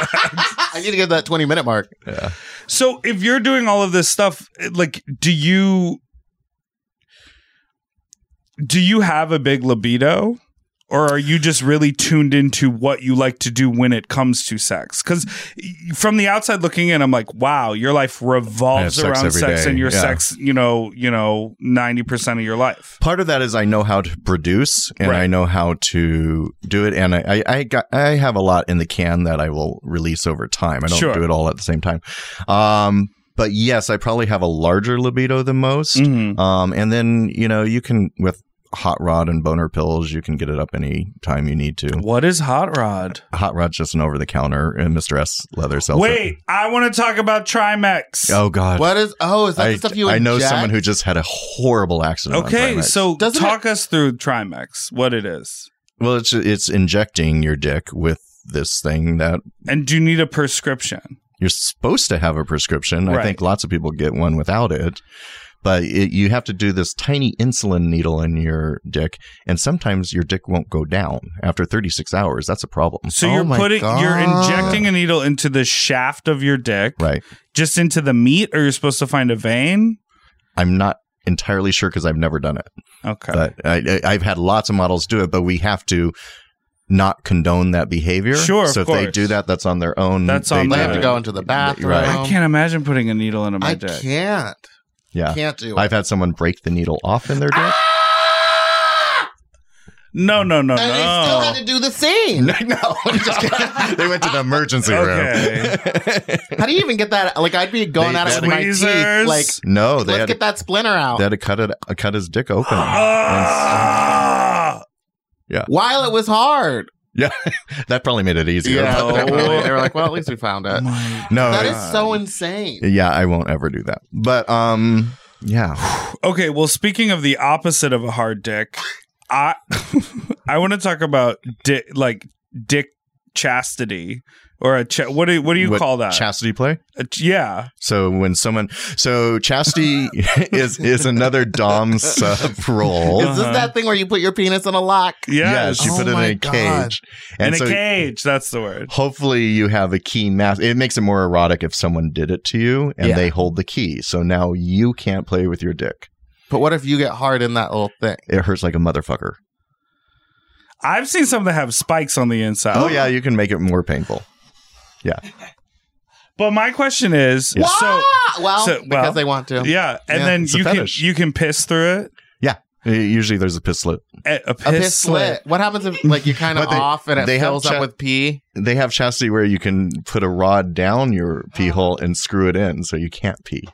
Speaker 4: need to get that twenty minute mark.
Speaker 5: so if you're doing all of this stuff, eh, like, do you do you have a big libido? Or are you just really tuned into what you like to do when it comes to sex? Because from the outside looking in, I'm like, wow, your life revolves
Speaker 7: I have sex
Speaker 5: around
Speaker 7: every
Speaker 5: sex,
Speaker 7: day,
Speaker 5: and your
Speaker 7: yeah.
Speaker 5: sex, you know, you know, ninety percent of your life.
Speaker 7: part of that is I know how to produce and
Speaker 5: Right.
Speaker 7: I know how to do it. And I, I, I got, I have a lot in the can that I will release over time. I don't
Speaker 5: Sure.
Speaker 7: do it all at the same time. Um, but yes, I probably have a larger libido than most.
Speaker 4: Mm.
Speaker 5: Mhm.
Speaker 7: Um, and then, you know, you can with hot rod and boner pills, you can get it up any time you need to.
Speaker 5: What is hot rod?
Speaker 7: Hot rod's just an over the counter and Mr. S leather sells it.
Speaker 5: Wait, I want to talk about Trimex.
Speaker 7: Oh God.
Speaker 4: What is? Oh, is that
Speaker 7: I,
Speaker 4: the stuff you?
Speaker 7: I know
Speaker 4: inject?
Speaker 7: someone who just had a horrible accident. on
Speaker 5: Okay,
Speaker 7: Primex.
Speaker 5: so
Speaker 4: Doesn't
Speaker 5: talk us through Trimex, what it is.
Speaker 7: well, it's it's injecting your dick with this thing that
Speaker 5: And do you need a prescription?
Speaker 7: you're supposed to have a prescription. I
Speaker 5: Right.
Speaker 7: think lots of people get one without it, but it, you have to do this tiny insulin needle in your dick, and sometimes your dick won't go down after 36 hours. That's a problem.
Speaker 5: So
Speaker 4: Oh
Speaker 5: you're
Speaker 4: my
Speaker 5: putting you're
Speaker 4: God.
Speaker 5: injecting a needle into the shaft of your dick.
Speaker 7: Right.
Speaker 5: Just into the meat or you're supposed to find a vein?
Speaker 7: I'm not entirely sure because I've never done it,
Speaker 5: Okay.
Speaker 7: but I, I, I've had lots of models do it. But we have to not condone that behavior.
Speaker 5: Sure, of
Speaker 7: So if they
Speaker 5: course.
Speaker 7: do that, that's on their own.
Speaker 5: That's
Speaker 7: They
Speaker 5: on
Speaker 4: They
Speaker 7: do
Speaker 5: them.
Speaker 4: have to
Speaker 7: it.
Speaker 4: go into the bathroom.
Speaker 7: Right.
Speaker 5: I can't imagine putting a needle into my
Speaker 4: I
Speaker 5: dick.
Speaker 4: can't.
Speaker 7: Yeah.
Speaker 4: Can't do it.
Speaker 7: I've had someone break the needle off in their dick.
Speaker 5: No, no, no,
Speaker 4: and they still had
Speaker 5: no.
Speaker 4: to do the scene.
Speaker 7: no, I'm just kidding. they went to the emergency
Speaker 5: Okay.
Speaker 4: How do you even get that? Like, I'd be going
Speaker 7: They-
Speaker 4: at it with my teeth.
Speaker 5: Tweezers.
Speaker 4: Like,
Speaker 7: no, they
Speaker 4: let's
Speaker 7: had to
Speaker 4: get that splinter out.
Speaker 7: That had to cut it, uh, cut his dick open.
Speaker 5: Ah!
Speaker 4: While it was hard.
Speaker 7: yeah, that probably made it easier.
Speaker 5: Yeah. No.
Speaker 4: definitely. They were like, well, at least we found it.
Speaker 5: My-
Speaker 7: No,
Speaker 4: Oh. That
Speaker 7: it-
Speaker 4: is so insane.
Speaker 7: yeah, I won't ever do that. Oh, But um, yeah,
Speaker 5: Okay, well, speaking of the opposite of a hard dick, I I want to talk about dick like dick chastity or a cha- what do you, what do you
Speaker 7: What-
Speaker 5: call that?
Speaker 7: chastity play.
Speaker 5: A ch- yeah,
Speaker 7: So when someone, so chastity is is another dom sub role.
Speaker 4: Is Uh-huh. this that thing where you put your penis in a lock?
Speaker 5: yes,
Speaker 7: Yes, you
Speaker 4: Oh
Speaker 7: put it in
Speaker 4: my
Speaker 7: a
Speaker 4: God.
Speaker 7: cage,
Speaker 5: in
Speaker 7: and so
Speaker 5: a cage. That's the word.
Speaker 7: hopefully you have a key mask. It makes it more erotic if someone did it to you and
Speaker 4: Yeah.
Speaker 7: they hold the key. So now you can't play with your dick.
Speaker 4: But what if you get hard in that little thing?
Speaker 7: It hurts like a motherfucker.
Speaker 5: I've seen some that have spikes on the inside.
Speaker 7: Oh yeah, you can make it more painful.
Speaker 5: but my question is,
Speaker 7: Yeah.
Speaker 5: so
Speaker 4: Ah! well,
Speaker 5: so- well,
Speaker 4: because they want to.
Speaker 5: yeah, and
Speaker 4: Yeah,
Speaker 5: then
Speaker 7: it's a
Speaker 5: you can
Speaker 7: fetish.
Speaker 5: you can piss through it.
Speaker 7: Uh, Usually there's a piss slip.
Speaker 5: A, a piss,
Speaker 4: A piss
Speaker 5: slit.
Speaker 4: slit. What happens if like you're kind of
Speaker 7: But they-
Speaker 4: off and it
Speaker 7: they have
Speaker 4: fills up
Speaker 7: check-
Speaker 4: with pee?
Speaker 7: They have chastity where you can put a rod down your pee hole and screw it in so you can't pee.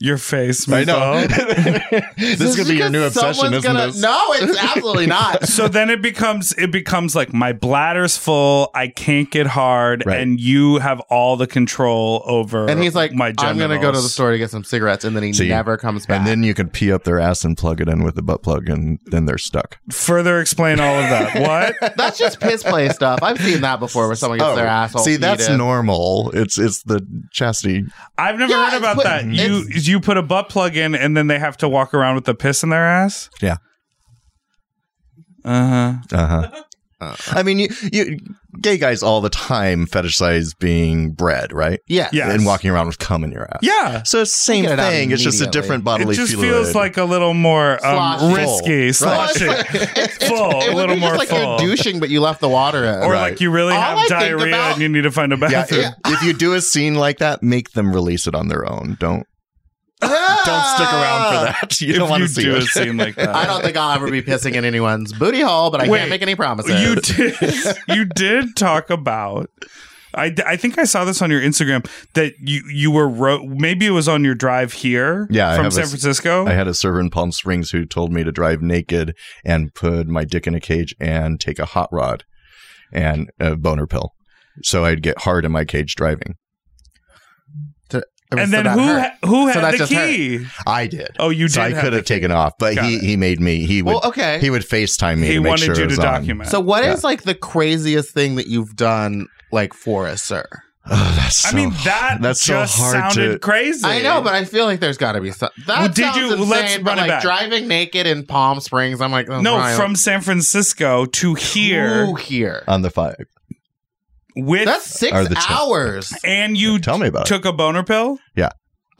Speaker 5: Your face,
Speaker 7: I know.
Speaker 5: Michael.
Speaker 7: this is gonna be your new
Speaker 4: because
Speaker 7: obsession,
Speaker 4: someone's
Speaker 7: isn't
Speaker 4: gonna-
Speaker 7: this?
Speaker 4: No, it's absolutely not.
Speaker 5: so then it becomes it becomes like my bladder's full, I can't get hard,
Speaker 7: Right.
Speaker 5: and you have all the control over.
Speaker 4: And he's like,
Speaker 5: my
Speaker 4: I'm going to go to the
Speaker 5: genitals."
Speaker 4: store to get some cigarettes. And then he
Speaker 7: See.
Speaker 4: never comes back.
Speaker 7: And then you can pee up their ass and plug it in with the butt plug, and then they're stuck.
Speaker 5: Further explain all of that. What?
Speaker 4: That's just piss play stuff. I've seen that before where someone gets their asshole.
Speaker 7: Oh, see, that's
Speaker 4: eaten.
Speaker 7: normal. It's it's the chastity.
Speaker 5: I've never
Speaker 4: Yeah,
Speaker 5: heard about
Speaker 4: it's-
Speaker 7: Mm-hmm.
Speaker 5: that. You you put a butt plug in, and then they have to walk around with the piss in their ass.
Speaker 7: Yeah.
Speaker 5: Uh huh.
Speaker 7: Uh-huh.
Speaker 4: Uh.
Speaker 7: I mean, you, you gay guys all the time fetishize being bread, right?
Speaker 4: Yeah.
Speaker 5: Yeah. Yes.
Speaker 7: And walking around with cum in your ass.
Speaker 5: Yeah.
Speaker 7: So it's the same
Speaker 4: You get it out
Speaker 7: thing. It's just a
Speaker 4: immediately.
Speaker 7: different bodily
Speaker 5: it just
Speaker 7: fluid.
Speaker 5: feels like a little more um,
Speaker 4: Sloshy.
Speaker 5: risky,
Speaker 7: Full. Right.
Speaker 5: sloshy, full,
Speaker 4: It
Speaker 5: a
Speaker 4: would
Speaker 5: little
Speaker 4: be
Speaker 5: more
Speaker 4: just like
Speaker 5: full,
Speaker 4: you're douching, but you left the water in.
Speaker 5: or
Speaker 7: Right.
Speaker 5: like you really
Speaker 4: All
Speaker 5: have
Speaker 4: I think
Speaker 5: diarrhea
Speaker 4: about-
Speaker 5: and you need to find a
Speaker 7: yeah,
Speaker 5: bathroom.
Speaker 7: if, if you do a scene like that, make them release it on their own. Don't don't stick around for that. You don't
Speaker 5: Ah! if
Speaker 7: want
Speaker 5: you
Speaker 7: to see
Speaker 5: do
Speaker 7: it.
Speaker 5: a scene like that,
Speaker 4: I don't think I'll ever be pissing in anyone's booty hole, but I
Speaker 5: Wait,
Speaker 4: can't make any promises.
Speaker 5: you did you did talk about I, I think I saw this on your Instagram that you you were ro- maybe it was on your drive here
Speaker 7: Yeah, I
Speaker 5: from
Speaker 7: have a
Speaker 5: San
Speaker 7: s-
Speaker 5: Francisco
Speaker 7: I had a server in Palm Springs who told me to drive naked and put my dick in a cage and take a hot rod and a boner pill. So I'd get hard in my cage driving.
Speaker 4: I mean,
Speaker 5: and
Speaker 4: so
Speaker 5: then
Speaker 4: that
Speaker 5: who
Speaker 4: hurt.
Speaker 5: ha- who
Speaker 4: So that
Speaker 5: had the
Speaker 4: just hurt.
Speaker 5: key
Speaker 7: I did.
Speaker 5: oh you did
Speaker 7: so I
Speaker 5: have
Speaker 7: could
Speaker 5: the
Speaker 7: have taken off, but
Speaker 5: Got
Speaker 7: he,
Speaker 5: it.
Speaker 7: he made me. He would
Speaker 4: Well, okay.
Speaker 7: he would FaceTime me.
Speaker 5: key. he
Speaker 7: to make
Speaker 5: wanted
Speaker 7: sure
Speaker 5: you
Speaker 7: it
Speaker 5: to
Speaker 7: was on.
Speaker 5: document
Speaker 4: so what is
Speaker 7: Yeah.
Speaker 4: like the craziest thing that you've done like for a sir?
Speaker 7: Oh, that's so,
Speaker 5: I mean that
Speaker 7: that's so
Speaker 5: just
Speaker 7: hard
Speaker 5: sounded
Speaker 7: to.
Speaker 5: crazy
Speaker 4: I know, but I feel like there's got to be some. That
Speaker 5: Well, did
Speaker 4: sounds
Speaker 5: you-
Speaker 4: insane,
Speaker 5: let's
Speaker 4: but
Speaker 5: run it
Speaker 4: like
Speaker 5: back.
Speaker 4: driving naked in Palm Springs. I'm like, oh,
Speaker 5: no
Speaker 4: Ryan,
Speaker 5: from San Francisco to here
Speaker 4: who here.
Speaker 7: on the five.
Speaker 5: with
Speaker 4: That's six
Speaker 7: Are the ch-
Speaker 4: hours.
Speaker 5: and you
Speaker 7: Tell me about it.
Speaker 5: took a boner pill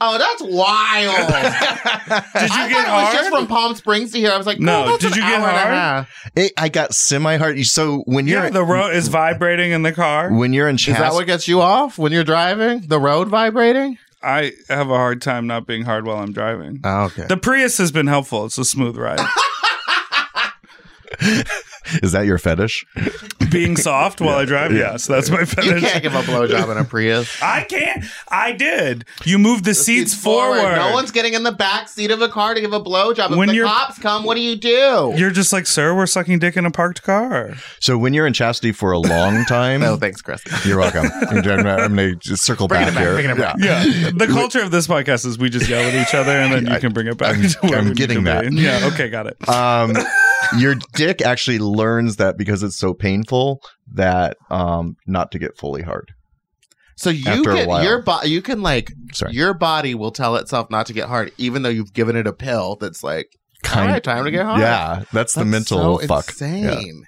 Speaker 4: Oh, that's wild.
Speaker 5: did you
Speaker 4: I
Speaker 5: get
Speaker 4: thought it was
Speaker 5: hard
Speaker 4: just from Palm Springs to here. I was like,
Speaker 5: No,
Speaker 4: no, that's
Speaker 5: did
Speaker 4: an
Speaker 5: you get
Speaker 4: hour and a
Speaker 5: hard?
Speaker 4: half.
Speaker 7: It, I got semi hard. So when you're
Speaker 5: yeah the road is vibrating in the car
Speaker 7: when you're in
Speaker 4: Is
Speaker 7: Chas-
Speaker 4: that what gets you off when you're driving? The road vibrating?
Speaker 5: I have a hard time not being hard while I'm driving
Speaker 4: Oh, okay.
Speaker 5: The Prius has been helpful. It's a smooth ride.
Speaker 7: is that your fetish?
Speaker 5: Being soft while I drive, yes, that's my
Speaker 4: you can't
Speaker 5: fetish.
Speaker 4: give a blowjob in a Prius.
Speaker 5: I can't. I did. You moved the, seats, forward.
Speaker 4: No one's getting in the back seat of a car to give a blowjob. If
Speaker 5: When
Speaker 4: the
Speaker 5: you're-
Speaker 4: cops come, what do you do?
Speaker 5: You're just like, sir, we're sucking dick in a parked car.
Speaker 7: So when you're in chastity for a long time,
Speaker 4: No, Oh, thanks, Chris.
Speaker 7: You're welcome. I'm going to circle
Speaker 4: Bring
Speaker 7: back,
Speaker 4: it back.
Speaker 7: here.
Speaker 4: Bring it back.
Speaker 5: Yeah. The culture of this podcast is we just yell at each other and then you can bring it back.
Speaker 7: I'm-
Speaker 5: to where
Speaker 7: I'm
Speaker 5: we need
Speaker 7: getting
Speaker 5: to
Speaker 7: that.
Speaker 5: be. Yeah. Okay. Got it.
Speaker 7: Um, your dick actually learns that because it's so painful that um, not to get fully hard.
Speaker 4: So you
Speaker 7: After a
Speaker 4: can
Speaker 7: while.
Speaker 4: your bo- you can like
Speaker 7: Sorry.
Speaker 4: your body will tell itself not to get hard, even though you've given it a pill that's like all right, time to get hard.
Speaker 7: Yeah, that's, the
Speaker 4: That's
Speaker 7: mental
Speaker 4: so
Speaker 7: fuck. Yeah.
Speaker 4: Insane.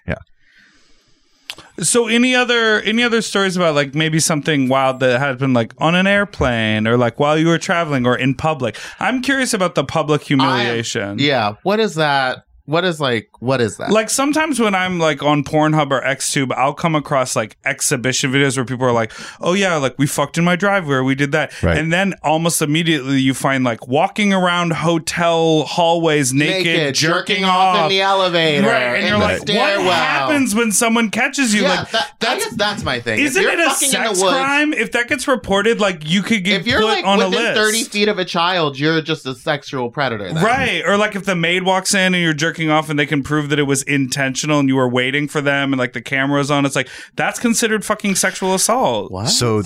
Speaker 5: So any other any other stories about like maybe something wild that happened like on an airplane or like while you were traveling or in public? I'm curious about the public humiliation.
Speaker 4: Yeah. What is that? What is like? What is that?
Speaker 5: Like sometimes when I'm like on Pornhub or XTube, I'll come across like exhibition videos where people are like, "Oh yeah, like we fucked in my driveway, or we did that,"
Speaker 7: Right.
Speaker 5: and then almost immediately you find like walking around hotel hallways naked, jerking, off,
Speaker 4: in the elevator,
Speaker 5: right? And
Speaker 4: in
Speaker 5: you're
Speaker 4: the
Speaker 5: like,
Speaker 4: stairwell.
Speaker 5: "What happens when someone catches you?"
Speaker 4: Yeah,
Speaker 5: like
Speaker 4: that, I guess that's my thing.
Speaker 5: Isn't
Speaker 4: if
Speaker 5: it
Speaker 4: you're
Speaker 5: a
Speaker 4: fucking in
Speaker 5: sex
Speaker 4: the woods,
Speaker 5: crime? If that gets reported, like you could get
Speaker 4: If you're
Speaker 5: put
Speaker 4: like
Speaker 5: on a
Speaker 4: within
Speaker 5: list.
Speaker 4: thirty feet of a child, you're just a sexual predator. then.
Speaker 5: Right. Or like if the maid walks in and you're jerking off and they can prove that it was intentional and you were waiting for them and like the camera's on, it's like that's considered fucking sexual assault.
Speaker 4: What?
Speaker 7: So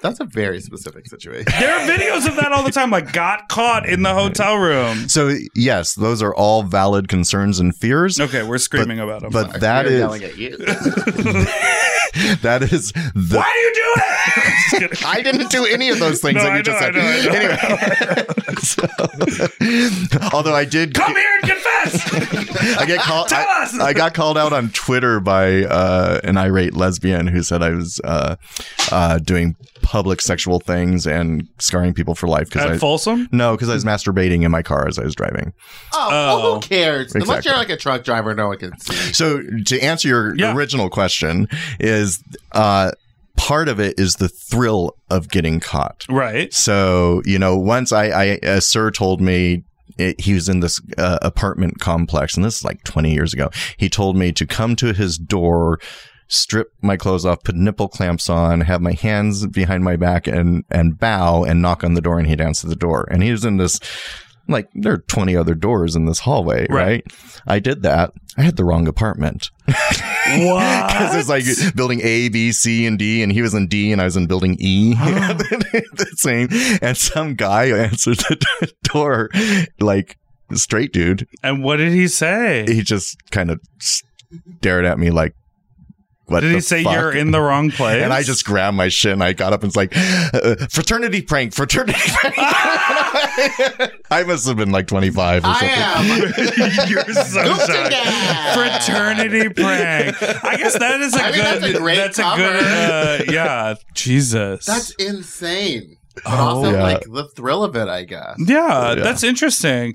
Speaker 4: that's a very specific situation.
Speaker 5: There are videos of that all the time, like got caught in the hotel room.
Speaker 7: so yes, those are all valid concerns and fears.
Speaker 5: Okay, we're screaming about them.
Speaker 7: But that
Speaker 4: You're
Speaker 7: is
Speaker 4: yelling at you.
Speaker 7: that is the
Speaker 5: Why do you do it? Just kidding.
Speaker 7: I didn't do any of those things
Speaker 5: No,
Speaker 7: that you
Speaker 5: I
Speaker 7: just
Speaker 5: know,
Speaker 7: said.
Speaker 5: I know, I know.
Speaker 7: Anyway, so- although I did
Speaker 5: Come here and confess.
Speaker 7: I get called.
Speaker 5: Tell
Speaker 7: I,
Speaker 5: us!
Speaker 7: I got called out on Twitter by uh, an irate lesbian who said I was uh, uh, doing public sexual things and scarring people for life because I
Speaker 5: At Folsom?
Speaker 7: no because I was masturbating in my car as I was driving.
Speaker 4: Oh, well, who cares? Unless
Speaker 7: Exactly.
Speaker 4: you're like a truck driver, no one can see.
Speaker 7: So to answer your
Speaker 5: Yeah.
Speaker 7: original question is uh, part of it is the thrill of getting caught.
Speaker 5: Right.
Speaker 7: So you know, once I, I a sir told me it, he was in this uh, apartment complex, and this is like twenty years ago. He told me to come to his door strip my clothes off, put nipple clamps on, have my hands behind my back and, and bow and knock on the door. And he'd answer the door. And he was in this, like, there are 20 other doors in this hallway,
Speaker 5: Right.
Speaker 7: right? I did that. I had the wrong apartment. Because
Speaker 5: What?
Speaker 7: it's like building A, B, C, and D, and he was in D, and I was in building E. the same. And some guy answered the door, like straight dude.
Speaker 5: and what did he say?
Speaker 7: He just kind of stared at me like, "What
Speaker 5: Did he
Speaker 7: the
Speaker 5: say
Speaker 7: fuck?
Speaker 5: you're in the wrong place?
Speaker 7: And I just grabbed my shit and I got up and it's like, uh, fraternity prank, fraternity prank. I must have been like 25 or
Speaker 4: I
Speaker 7: something.
Speaker 4: am.
Speaker 5: You're so shy.
Speaker 4: Goofy
Speaker 5: Fraternity prank. I guess that is a
Speaker 4: I mean,
Speaker 5: good.
Speaker 4: that's a great
Speaker 5: that's a
Speaker 4: cover.
Speaker 5: good. Uh, yeah, Jesus.
Speaker 4: That's insane. But
Speaker 5: Oh,
Speaker 4: also,
Speaker 7: yeah.
Speaker 4: like, the thrill of it, I guess.
Speaker 5: Yeah,
Speaker 7: Yeah.
Speaker 5: that's interesting.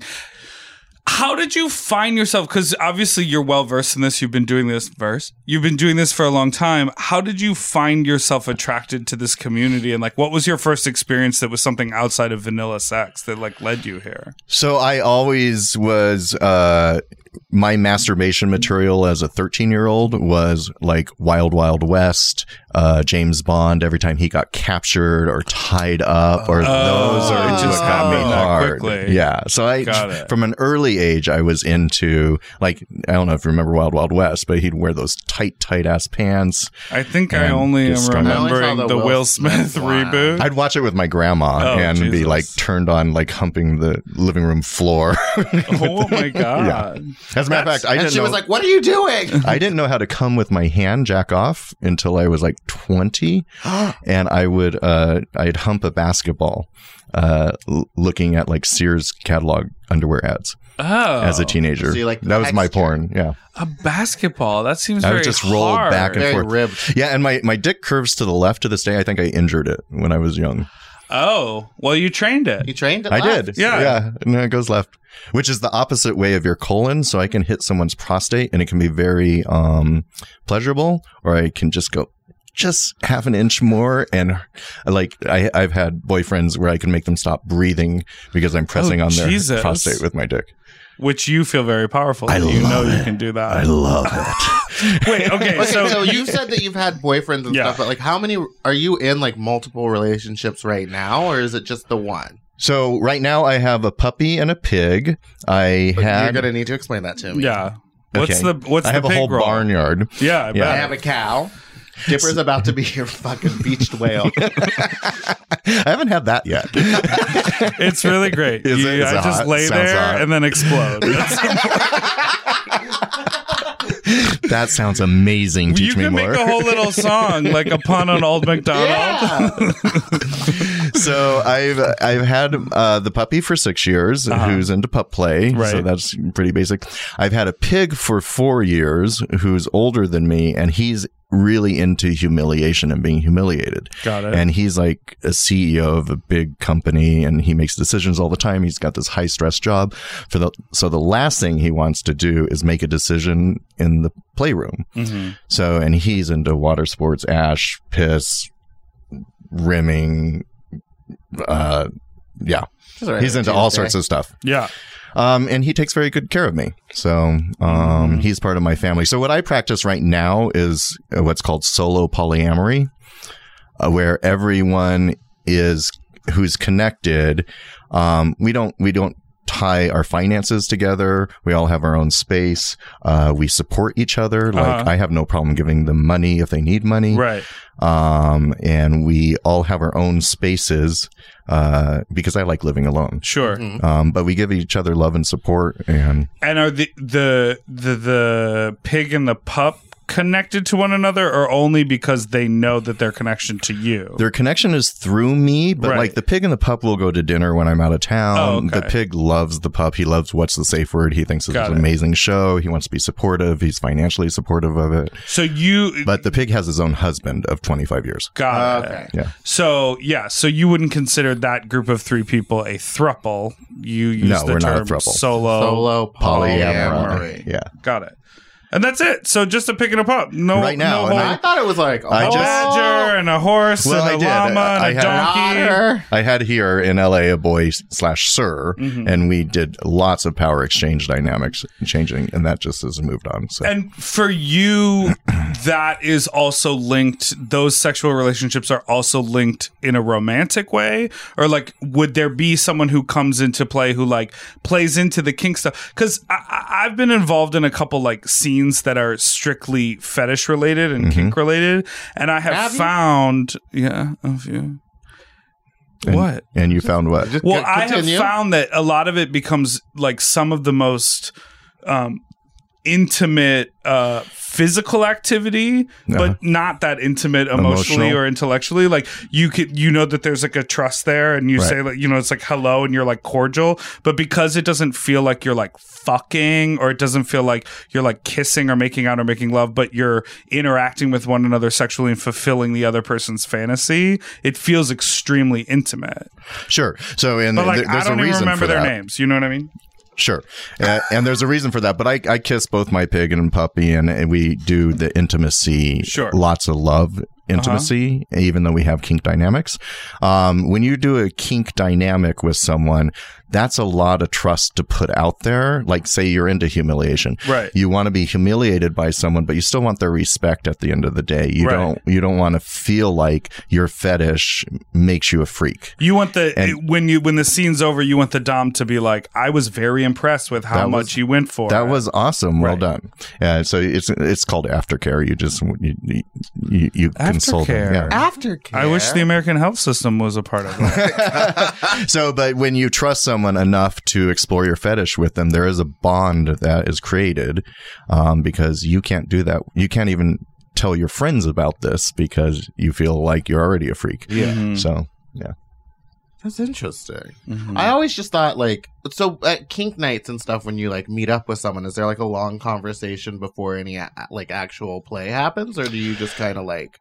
Speaker 5: How did you find yourself? Because obviously you're well versed in this. You've been doing this verse. You've been doing this for a long time. How did you find yourself attracted to this community? And like, what was your first experience that was something outside of vanilla sex that like led you here?
Speaker 7: So I always was uh my masturbation material as a 13 year old was like Wild Wild West, uh, James Bond, every time he got captured or tied up, or those are
Speaker 5: it Oh, just
Speaker 7: what got me
Speaker 5: happened that
Speaker 7: hard.
Speaker 5: quickly.
Speaker 7: Yeah. So I,
Speaker 5: Got it.
Speaker 7: from an early age, I was into like, I don't know if you remember Wild Wild West, but he'd wear those tight, tight ass pants.
Speaker 5: I think I
Speaker 7: And
Speaker 5: only am
Speaker 7: just strung
Speaker 4: out. I
Speaker 5: remembering
Speaker 4: only saw
Speaker 5: the, Will Smith,
Speaker 4: one.
Speaker 5: reboot.
Speaker 7: I'd watch it with my grandma
Speaker 5: Oh,
Speaker 7: and be
Speaker 5: Jesus.
Speaker 7: like turned on, like humping the living room floor.
Speaker 5: oh my god!
Speaker 7: As a matter of fact, I
Speaker 4: and
Speaker 7: didn't
Speaker 4: she
Speaker 7: know.
Speaker 4: was like, What are you doing?
Speaker 7: I didn't know how to come with my hand jack off until I was like 20 and I would uh I'd hump a basketball uh l- looking at like Sears catalog underwear ads
Speaker 5: Oh,
Speaker 7: as a teenager.
Speaker 4: So you like the
Speaker 7: that was my
Speaker 4: texture.
Speaker 7: porn. Yeah.
Speaker 5: a basketball. That seems
Speaker 7: I would
Speaker 5: very
Speaker 7: just roll
Speaker 5: hard.
Speaker 7: back and-
Speaker 4: Very
Speaker 7: forth.
Speaker 4: ribbed.
Speaker 7: Yeah, and my my dick curves to the left to this day. I think I injured it when I was young.
Speaker 5: oh, well, you trained it.
Speaker 4: You trained it
Speaker 7: I
Speaker 4: left.
Speaker 7: did.
Speaker 5: Yeah.
Speaker 7: Yeah, and it goes left, which is the opposite way of your colon, so I can hit someone's prostate and it can be very um pleasurable or I can just go just half an inch more and like I, I've had boyfriends where I can make them stop breathing because I'm pressing
Speaker 5: Oh,
Speaker 7: on their
Speaker 5: Jesus.
Speaker 7: prostate with my dick.
Speaker 5: which you feel very powerful.
Speaker 7: I
Speaker 5: you know
Speaker 7: love
Speaker 5: you
Speaker 7: it.
Speaker 5: can do that.
Speaker 7: I love it.
Speaker 5: Wait, okay,
Speaker 4: Okay, so,
Speaker 5: so,
Speaker 4: you said that you've had boyfriends and
Speaker 5: Yeah.
Speaker 4: stuff, but like, how many are you in like multiple relationships right now, or is it just the one?
Speaker 7: so right now I have a puppy and a pig. I
Speaker 4: But
Speaker 7: had
Speaker 4: You're gonna need to explain that to me.
Speaker 5: yeah. What's
Speaker 7: okay.
Speaker 5: the what's
Speaker 7: I
Speaker 5: the
Speaker 7: have a
Speaker 5: pig
Speaker 7: whole
Speaker 5: roll?
Speaker 7: barnyard.
Speaker 5: Yeah, I
Speaker 7: Yeah.
Speaker 4: I
Speaker 5: bet.
Speaker 4: have a cow. Dipper's about to be your fucking beached whale.
Speaker 7: I haven't had that yet.
Speaker 5: it's really great.
Speaker 7: Is
Speaker 5: You-
Speaker 7: it- is
Speaker 5: I
Speaker 7: it
Speaker 5: just
Speaker 7: hot?
Speaker 5: lay
Speaker 7: Sounds
Speaker 5: there
Speaker 7: hot.
Speaker 5: and then explode. That's-
Speaker 7: that sounds amazing.
Speaker 5: you
Speaker 7: Teach me
Speaker 5: can
Speaker 7: more.
Speaker 5: make a whole little song like a pun on Old MacDonald.
Speaker 4: yeah.
Speaker 7: so I've I've had uh, the puppy for six years, who's into pup play. So
Speaker 5: Uh-huh. Right.
Speaker 7: that's pretty basic. I've had a pig for four years, who's older than me, and he's really into humiliation and being humiliated.
Speaker 5: Got it.
Speaker 7: And he's like a CEO of a big company, and he makes decisions all the time. He's got this high stress job. For the so the last thing he wants to do is make a decision in the playroom.
Speaker 5: Mm-hmm.
Speaker 7: So, and he's into water sports, ash, piss, rimming. Uh, yeah, he's into all sorts of stuff.
Speaker 5: yeah.
Speaker 7: Um, and he takes very good care of me. So, um,
Speaker 5: Mm-hmm.
Speaker 7: he's part of my family. So, what I practice right now is uh, what's called solo polyamory, uh, where everyone is who's connected. Um, we don't, we don't tie our finances together. We all have our own space. Uh, we support each other. Like,
Speaker 5: Uh-huh.
Speaker 7: I have no problem giving them money if they need money
Speaker 5: Right.
Speaker 7: um, and we all have our own spaces uh, because I like living alone.
Speaker 5: Sure.
Speaker 7: Um, but we give each other love and support, and
Speaker 5: And are the, the the the pig and the pup connected to one another or only because they know that their connection to you?
Speaker 7: their connection is through me. But
Speaker 5: Right.
Speaker 7: like the pig and the pup will go to dinner when I'm out of town.
Speaker 5: Oh, okay.
Speaker 7: The pig loves the pup. He loves what's the safe word. He thinks it's
Speaker 5: Got
Speaker 7: an
Speaker 5: it.
Speaker 7: amazing show. He wants to be supportive. He's financially supportive of it.
Speaker 5: so you
Speaker 7: But the pig has his own husband of 25 years.
Speaker 5: got it.
Speaker 4: Okay.
Speaker 7: Yeah.
Speaker 5: So yeah, so you wouldn't consider that group of three people a thruple. You use
Speaker 7: No,
Speaker 5: the
Speaker 7: we're
Speaker 5: term
Speaker 7: not a thruple.
Speaker 5: solo.
Speaker 4: Solo polyamory.
Speaker 7: Polyamory. Yeah.
Speaker 5: Got it. And that's it. So just a pick and a pup. No,
Speaker 7: Right now,
Speaker 5: no
Speaker 7: and
Speaker 5: whole-
Speaker 4: I thought it was like
Speaker 5: a
Speaker 7: I just-
Speaker 5: badger and a horse
Speaker 7: Well, I
Speaker 5: and a
Speaker 7: did.
Speaker 5: llama
Speaker 7: I- I
Speaker 5: and a
Speaker 7: had-
Speaker 5: donkey.
Speaker 4: otter.
Speaker 7: I had here in LA a boy slash sir,
Speaker 5: Mm-hmm.
Speaker 7: and we did lots of power exchange dynamics changing, and that just has moved on. So
Speaker 5: And for you, that is also linked those sexual relationships are also linked in a romantic way or like would there be someone who comes into play who like plays into the kink stuff because I- I- i've been involved in a couple like scenes that are strictly fetish related and kink related and i have,
Speaker 4: Have you?
Speaker 5: found yeah a few
Speaker 7: And-
Speaker 5: what
Speaker 7: And you found what?
Speaker 4: Just
Speaker 5: well,
Speaker 4: co-
Speaker 5: I have
Speaker 4: continue.
Speaker 5: found that a lot of it becomes like some of the most um, intimate uh, physical activity,
Speaker 7: Uh-huh.
Speaker 5: but not that intimate emotionally
Speaker 7: Emotional.
Speaker 5: or intellectually. Like you could, you know, that there's like a trust there, and you
Speaker 7: Right.
Speaker 5: say like, you know, it's like hello, and you're like cordial, but because it doesn't feel like you're like fucking, or it doesn't feel like you're like kissing or making out or making love, but you're interacting with one another sexually and fulfilling the other person's fantasy. It feels extremely intimate.
Speaker 7: Sure. So, and
Speaker 5: But like,
Speaker 7: there- there's
Speaker 5: I don't
Speaker 7: a
Speaker 5: even
Speaker 7: reason
Speaker 5: remember
Speaker 7: for
Speaker 5: their
Speaker 7: that.
Speaker 5: names. You know what I mean?
Speaker 7: Sure. And, and there's a reason for that. But I, I kiss both my pig and puppy, and, and we do the intimacy,
Speaker 5: Sure. Uh-huh.
Speaker 7: lots of love intimacy, even though we have kink dynamics. Um, when you do a kink dynamic with someone, that's a lot of trust to put out there. Like, say you're into humiliation.
Speaker 5: Right.
Speaker 7: You want to be humiliated by someone, but you still want their respect at the end of the day. You
Speaker 5: Right.
Speaker 7: don't you don't want to feel like your fetish makes you a freak.
Speaker 5: You want the
Speaker 7: And-
Speaker 5: when you when the scene's over, you want the dom to be like, "I was very impressed with how
Speaker 7: That
Speaker 5: much
Speaker 7: was-
Speaker 5: you went for."
Speaker 7: That
Speaker 5: it."
Speaker 7: was awesome. Well
Speaker 5: Right.
Speaker 7: done. Uh, so it's it's called aftercare. You just you you, you- you console
Speaker 5: Aftercare.
Speaker 7: them. Yeah.
Speaker 4: Aftercare.
Speaker 5: I wish the American health system was a part of that.
Speaker 7: So, but when you trust someone enough to explore your fetish with them, there is a bond that is created um, because you can't do that. You can't even tell your friends about this because you feel like you're already a freak.
Speaker 4: Yeah.
Speaker 5: Mm. Mm-hmm.
Speaker 7: So yeah,
Speaker 4: That's interesting.
Speaker 5: Mhm.
Speaker 4: I always just thought like so at kink nights and stuff when you like meet up with someone is there like a long conversation before any a- like actual play happens or do you just kind of like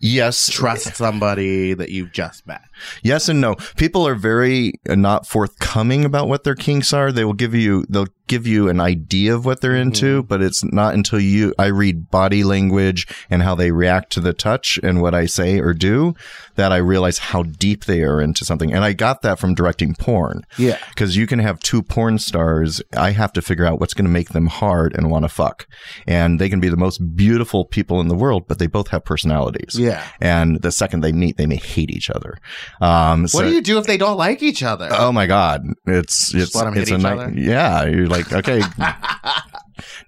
Speaker 7: yes,
Speaker 4: trust somebody that you've just met?
Speaker 7: Yes and no. People are very uh, not forthcoming about what their kinks are. They will give you they'll give you an idea of what they're into, but it's not until you I read body language and how they react to the touch and what I say or do that I realize how deep they are into something. And I got that from directing porn.
Speaker 4: Yeah.
Speaker 7: Cuz you can have two porn stars, I have to figure out what's going to make them hard and want to fuck. And they can be the most beautiful people in the world, but they both have personalities.
Speaker 4: Yeah.
Speaker 7: And the second they meet, they may hate each other. Um, so,
Speaker 4: What do you do if they don't like each other?
Speaker 7: Oh my God! It's it's
Speaker 4: let 'em hit
Speaker 7: it's a
Speaker 4: each
Speaker 7: night.
Speaker 4: other?
Speaker 7: Yeah, you're like okay.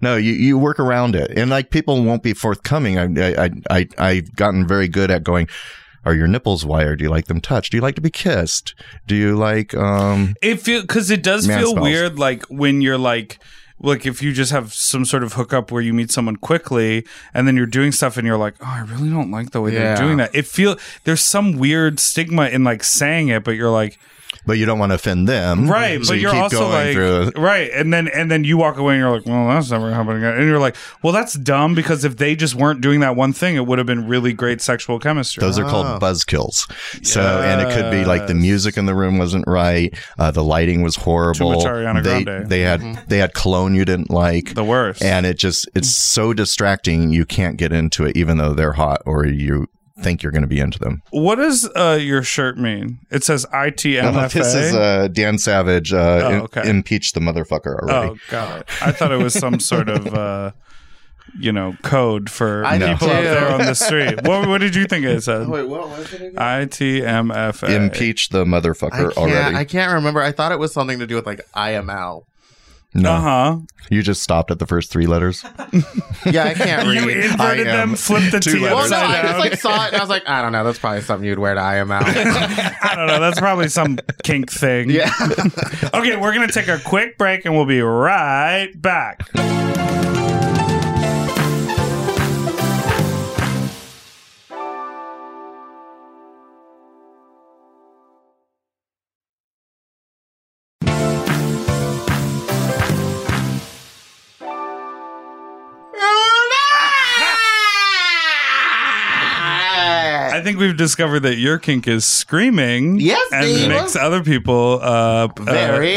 Speaker 7: no, you you work around it, and like people won't be forthcoming. I I I I've gotten very good at going. Are your nipples wired? Do you like them touched? Do you like to be kissed? Do you like um?
Speaker 5: It feel because it does
Speaker 7: Man
Speaker 5: feel
Speaker 7: smells.
Speaker 5: weird, like when you're like, like if you just have some sort of hookup where you meet someone quickly, and then you're doing stuff, and you're like, oh, I really don't like the way they're
Speaker 4: Yeah.
Speaker 5: doing that. It feel there's some weird stigma in like saying it, but you're like,
Speaker 7: But you don't want to offend them,
Speaker 5: right?
Speaker 7: So
Speaker 5: but
Speaker 7: you
Speaker 5: you're
Speaker 7: keep
Speaker 5: also
Speaker 7: going
Speaker 5: like,
Speaker 7: through.
Speaker 5: right, and then and then you walk away, and you're like, well, that's never happening again, and you're like, well, that's dumb because if they just weren't doing that one thing, it would have been really great sexual chemistry.
Speaker 7: Those are called buzzkills. So, and it could be like the music in the room wasn't right, uh, the lighting was horrible.
Speaker 5: much Ariana
Speaker 7: they,
Speaker 5: Grande.
Speaker 7: they had they had cologne you didn't like,
Speaker 5: the worst. Mm.
Speaker 7: and it just it's so distracting. You can't get into it, even though they're hot or you think you're going to be into them.
Speaker 5: what does uh, your shirt mean? It says ITMFA.
Speaker 7: this Oh, is uh, Dan Savage. Uh,
Speaker 5: Oh,
Speaker 7: im-
Speaker 5: okay.
Speaker 7: impeach the motherfucker already.
Speaker 5: Oh god! I thought it was some sort of uh, you know code for
Speaker 4: I
Speaker 5: people
Speaker 4: know.
Speaker 5: out there on the street. What, what did you think it said?
Speaker 4: Oh, what was it again?
Speaker 5: ITMFA.
Speaker 7: Impeach the
Speaker 4: I
Speaker 7: motherfucker
Speaker 4: can't,
Speaker 7: already.
Speaker 4: I can't remember. I thought it was something to do with like IML.
Speaker 7: no,
Speaker 5: Uh huh.
Speaker 7: you just stopped at the first three letters.
Speaker 4: Yeah, I can't read.
Speaker 5: You inverted
Speaker 7: I am
Speaker 5: them, flipped the
Speaker 7: two
Speaker 5: T
Speaker 4: well,
Speaker 7: letters.
Speaker 4: no,
Speaker 5: upside
Speaker 4: I
Speaker 5: down.
Speaker 4: just like saw it and I was like, I don't know. That's probably something you'd wear to IML.
Speaker 5: I don't know. That's probably some kink thing.
Speaker 4: yeah.
Speaker 5: Okay, we're gonna take a quick break and we'll be right back. I think we've discovered that your kink is screaming.
Speaker 4: Yes,
Speaker 5: and
Speaker 4: Dave.
Speaker 5: makes other people uh, uh,
Speaker 4: Very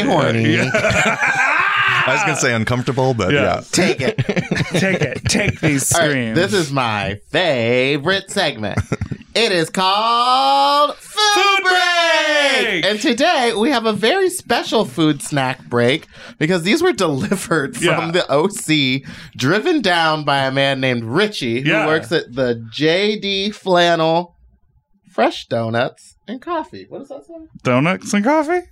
Speaker 4: horny.
Speaker 7: I was going to say uncomfortable, but
Speaker 5: Ah. Yeah.
Speaker 7: yeah.
Speaker 4: Take it.
Speaker 5: take it. Take these
Speaker 4: All right,
Speaker 5: screams.
Speaker 4: this is my favorite segment. It is called Food,
Speaker 5: Food
Speaker 4: break!
Speaker 5: break!
Speaker 4: And today we have a very special food snack break because these were delivered from
Speaker 5: Yeah.
Speaker 4: the OC, driven down by a man named Richie who
Speaker 5: Yeah.
Speaker 4: works at the JD Flannel Fresh Donuts and Coffee. What does that say?
Speaker 5: Donuts and coffee?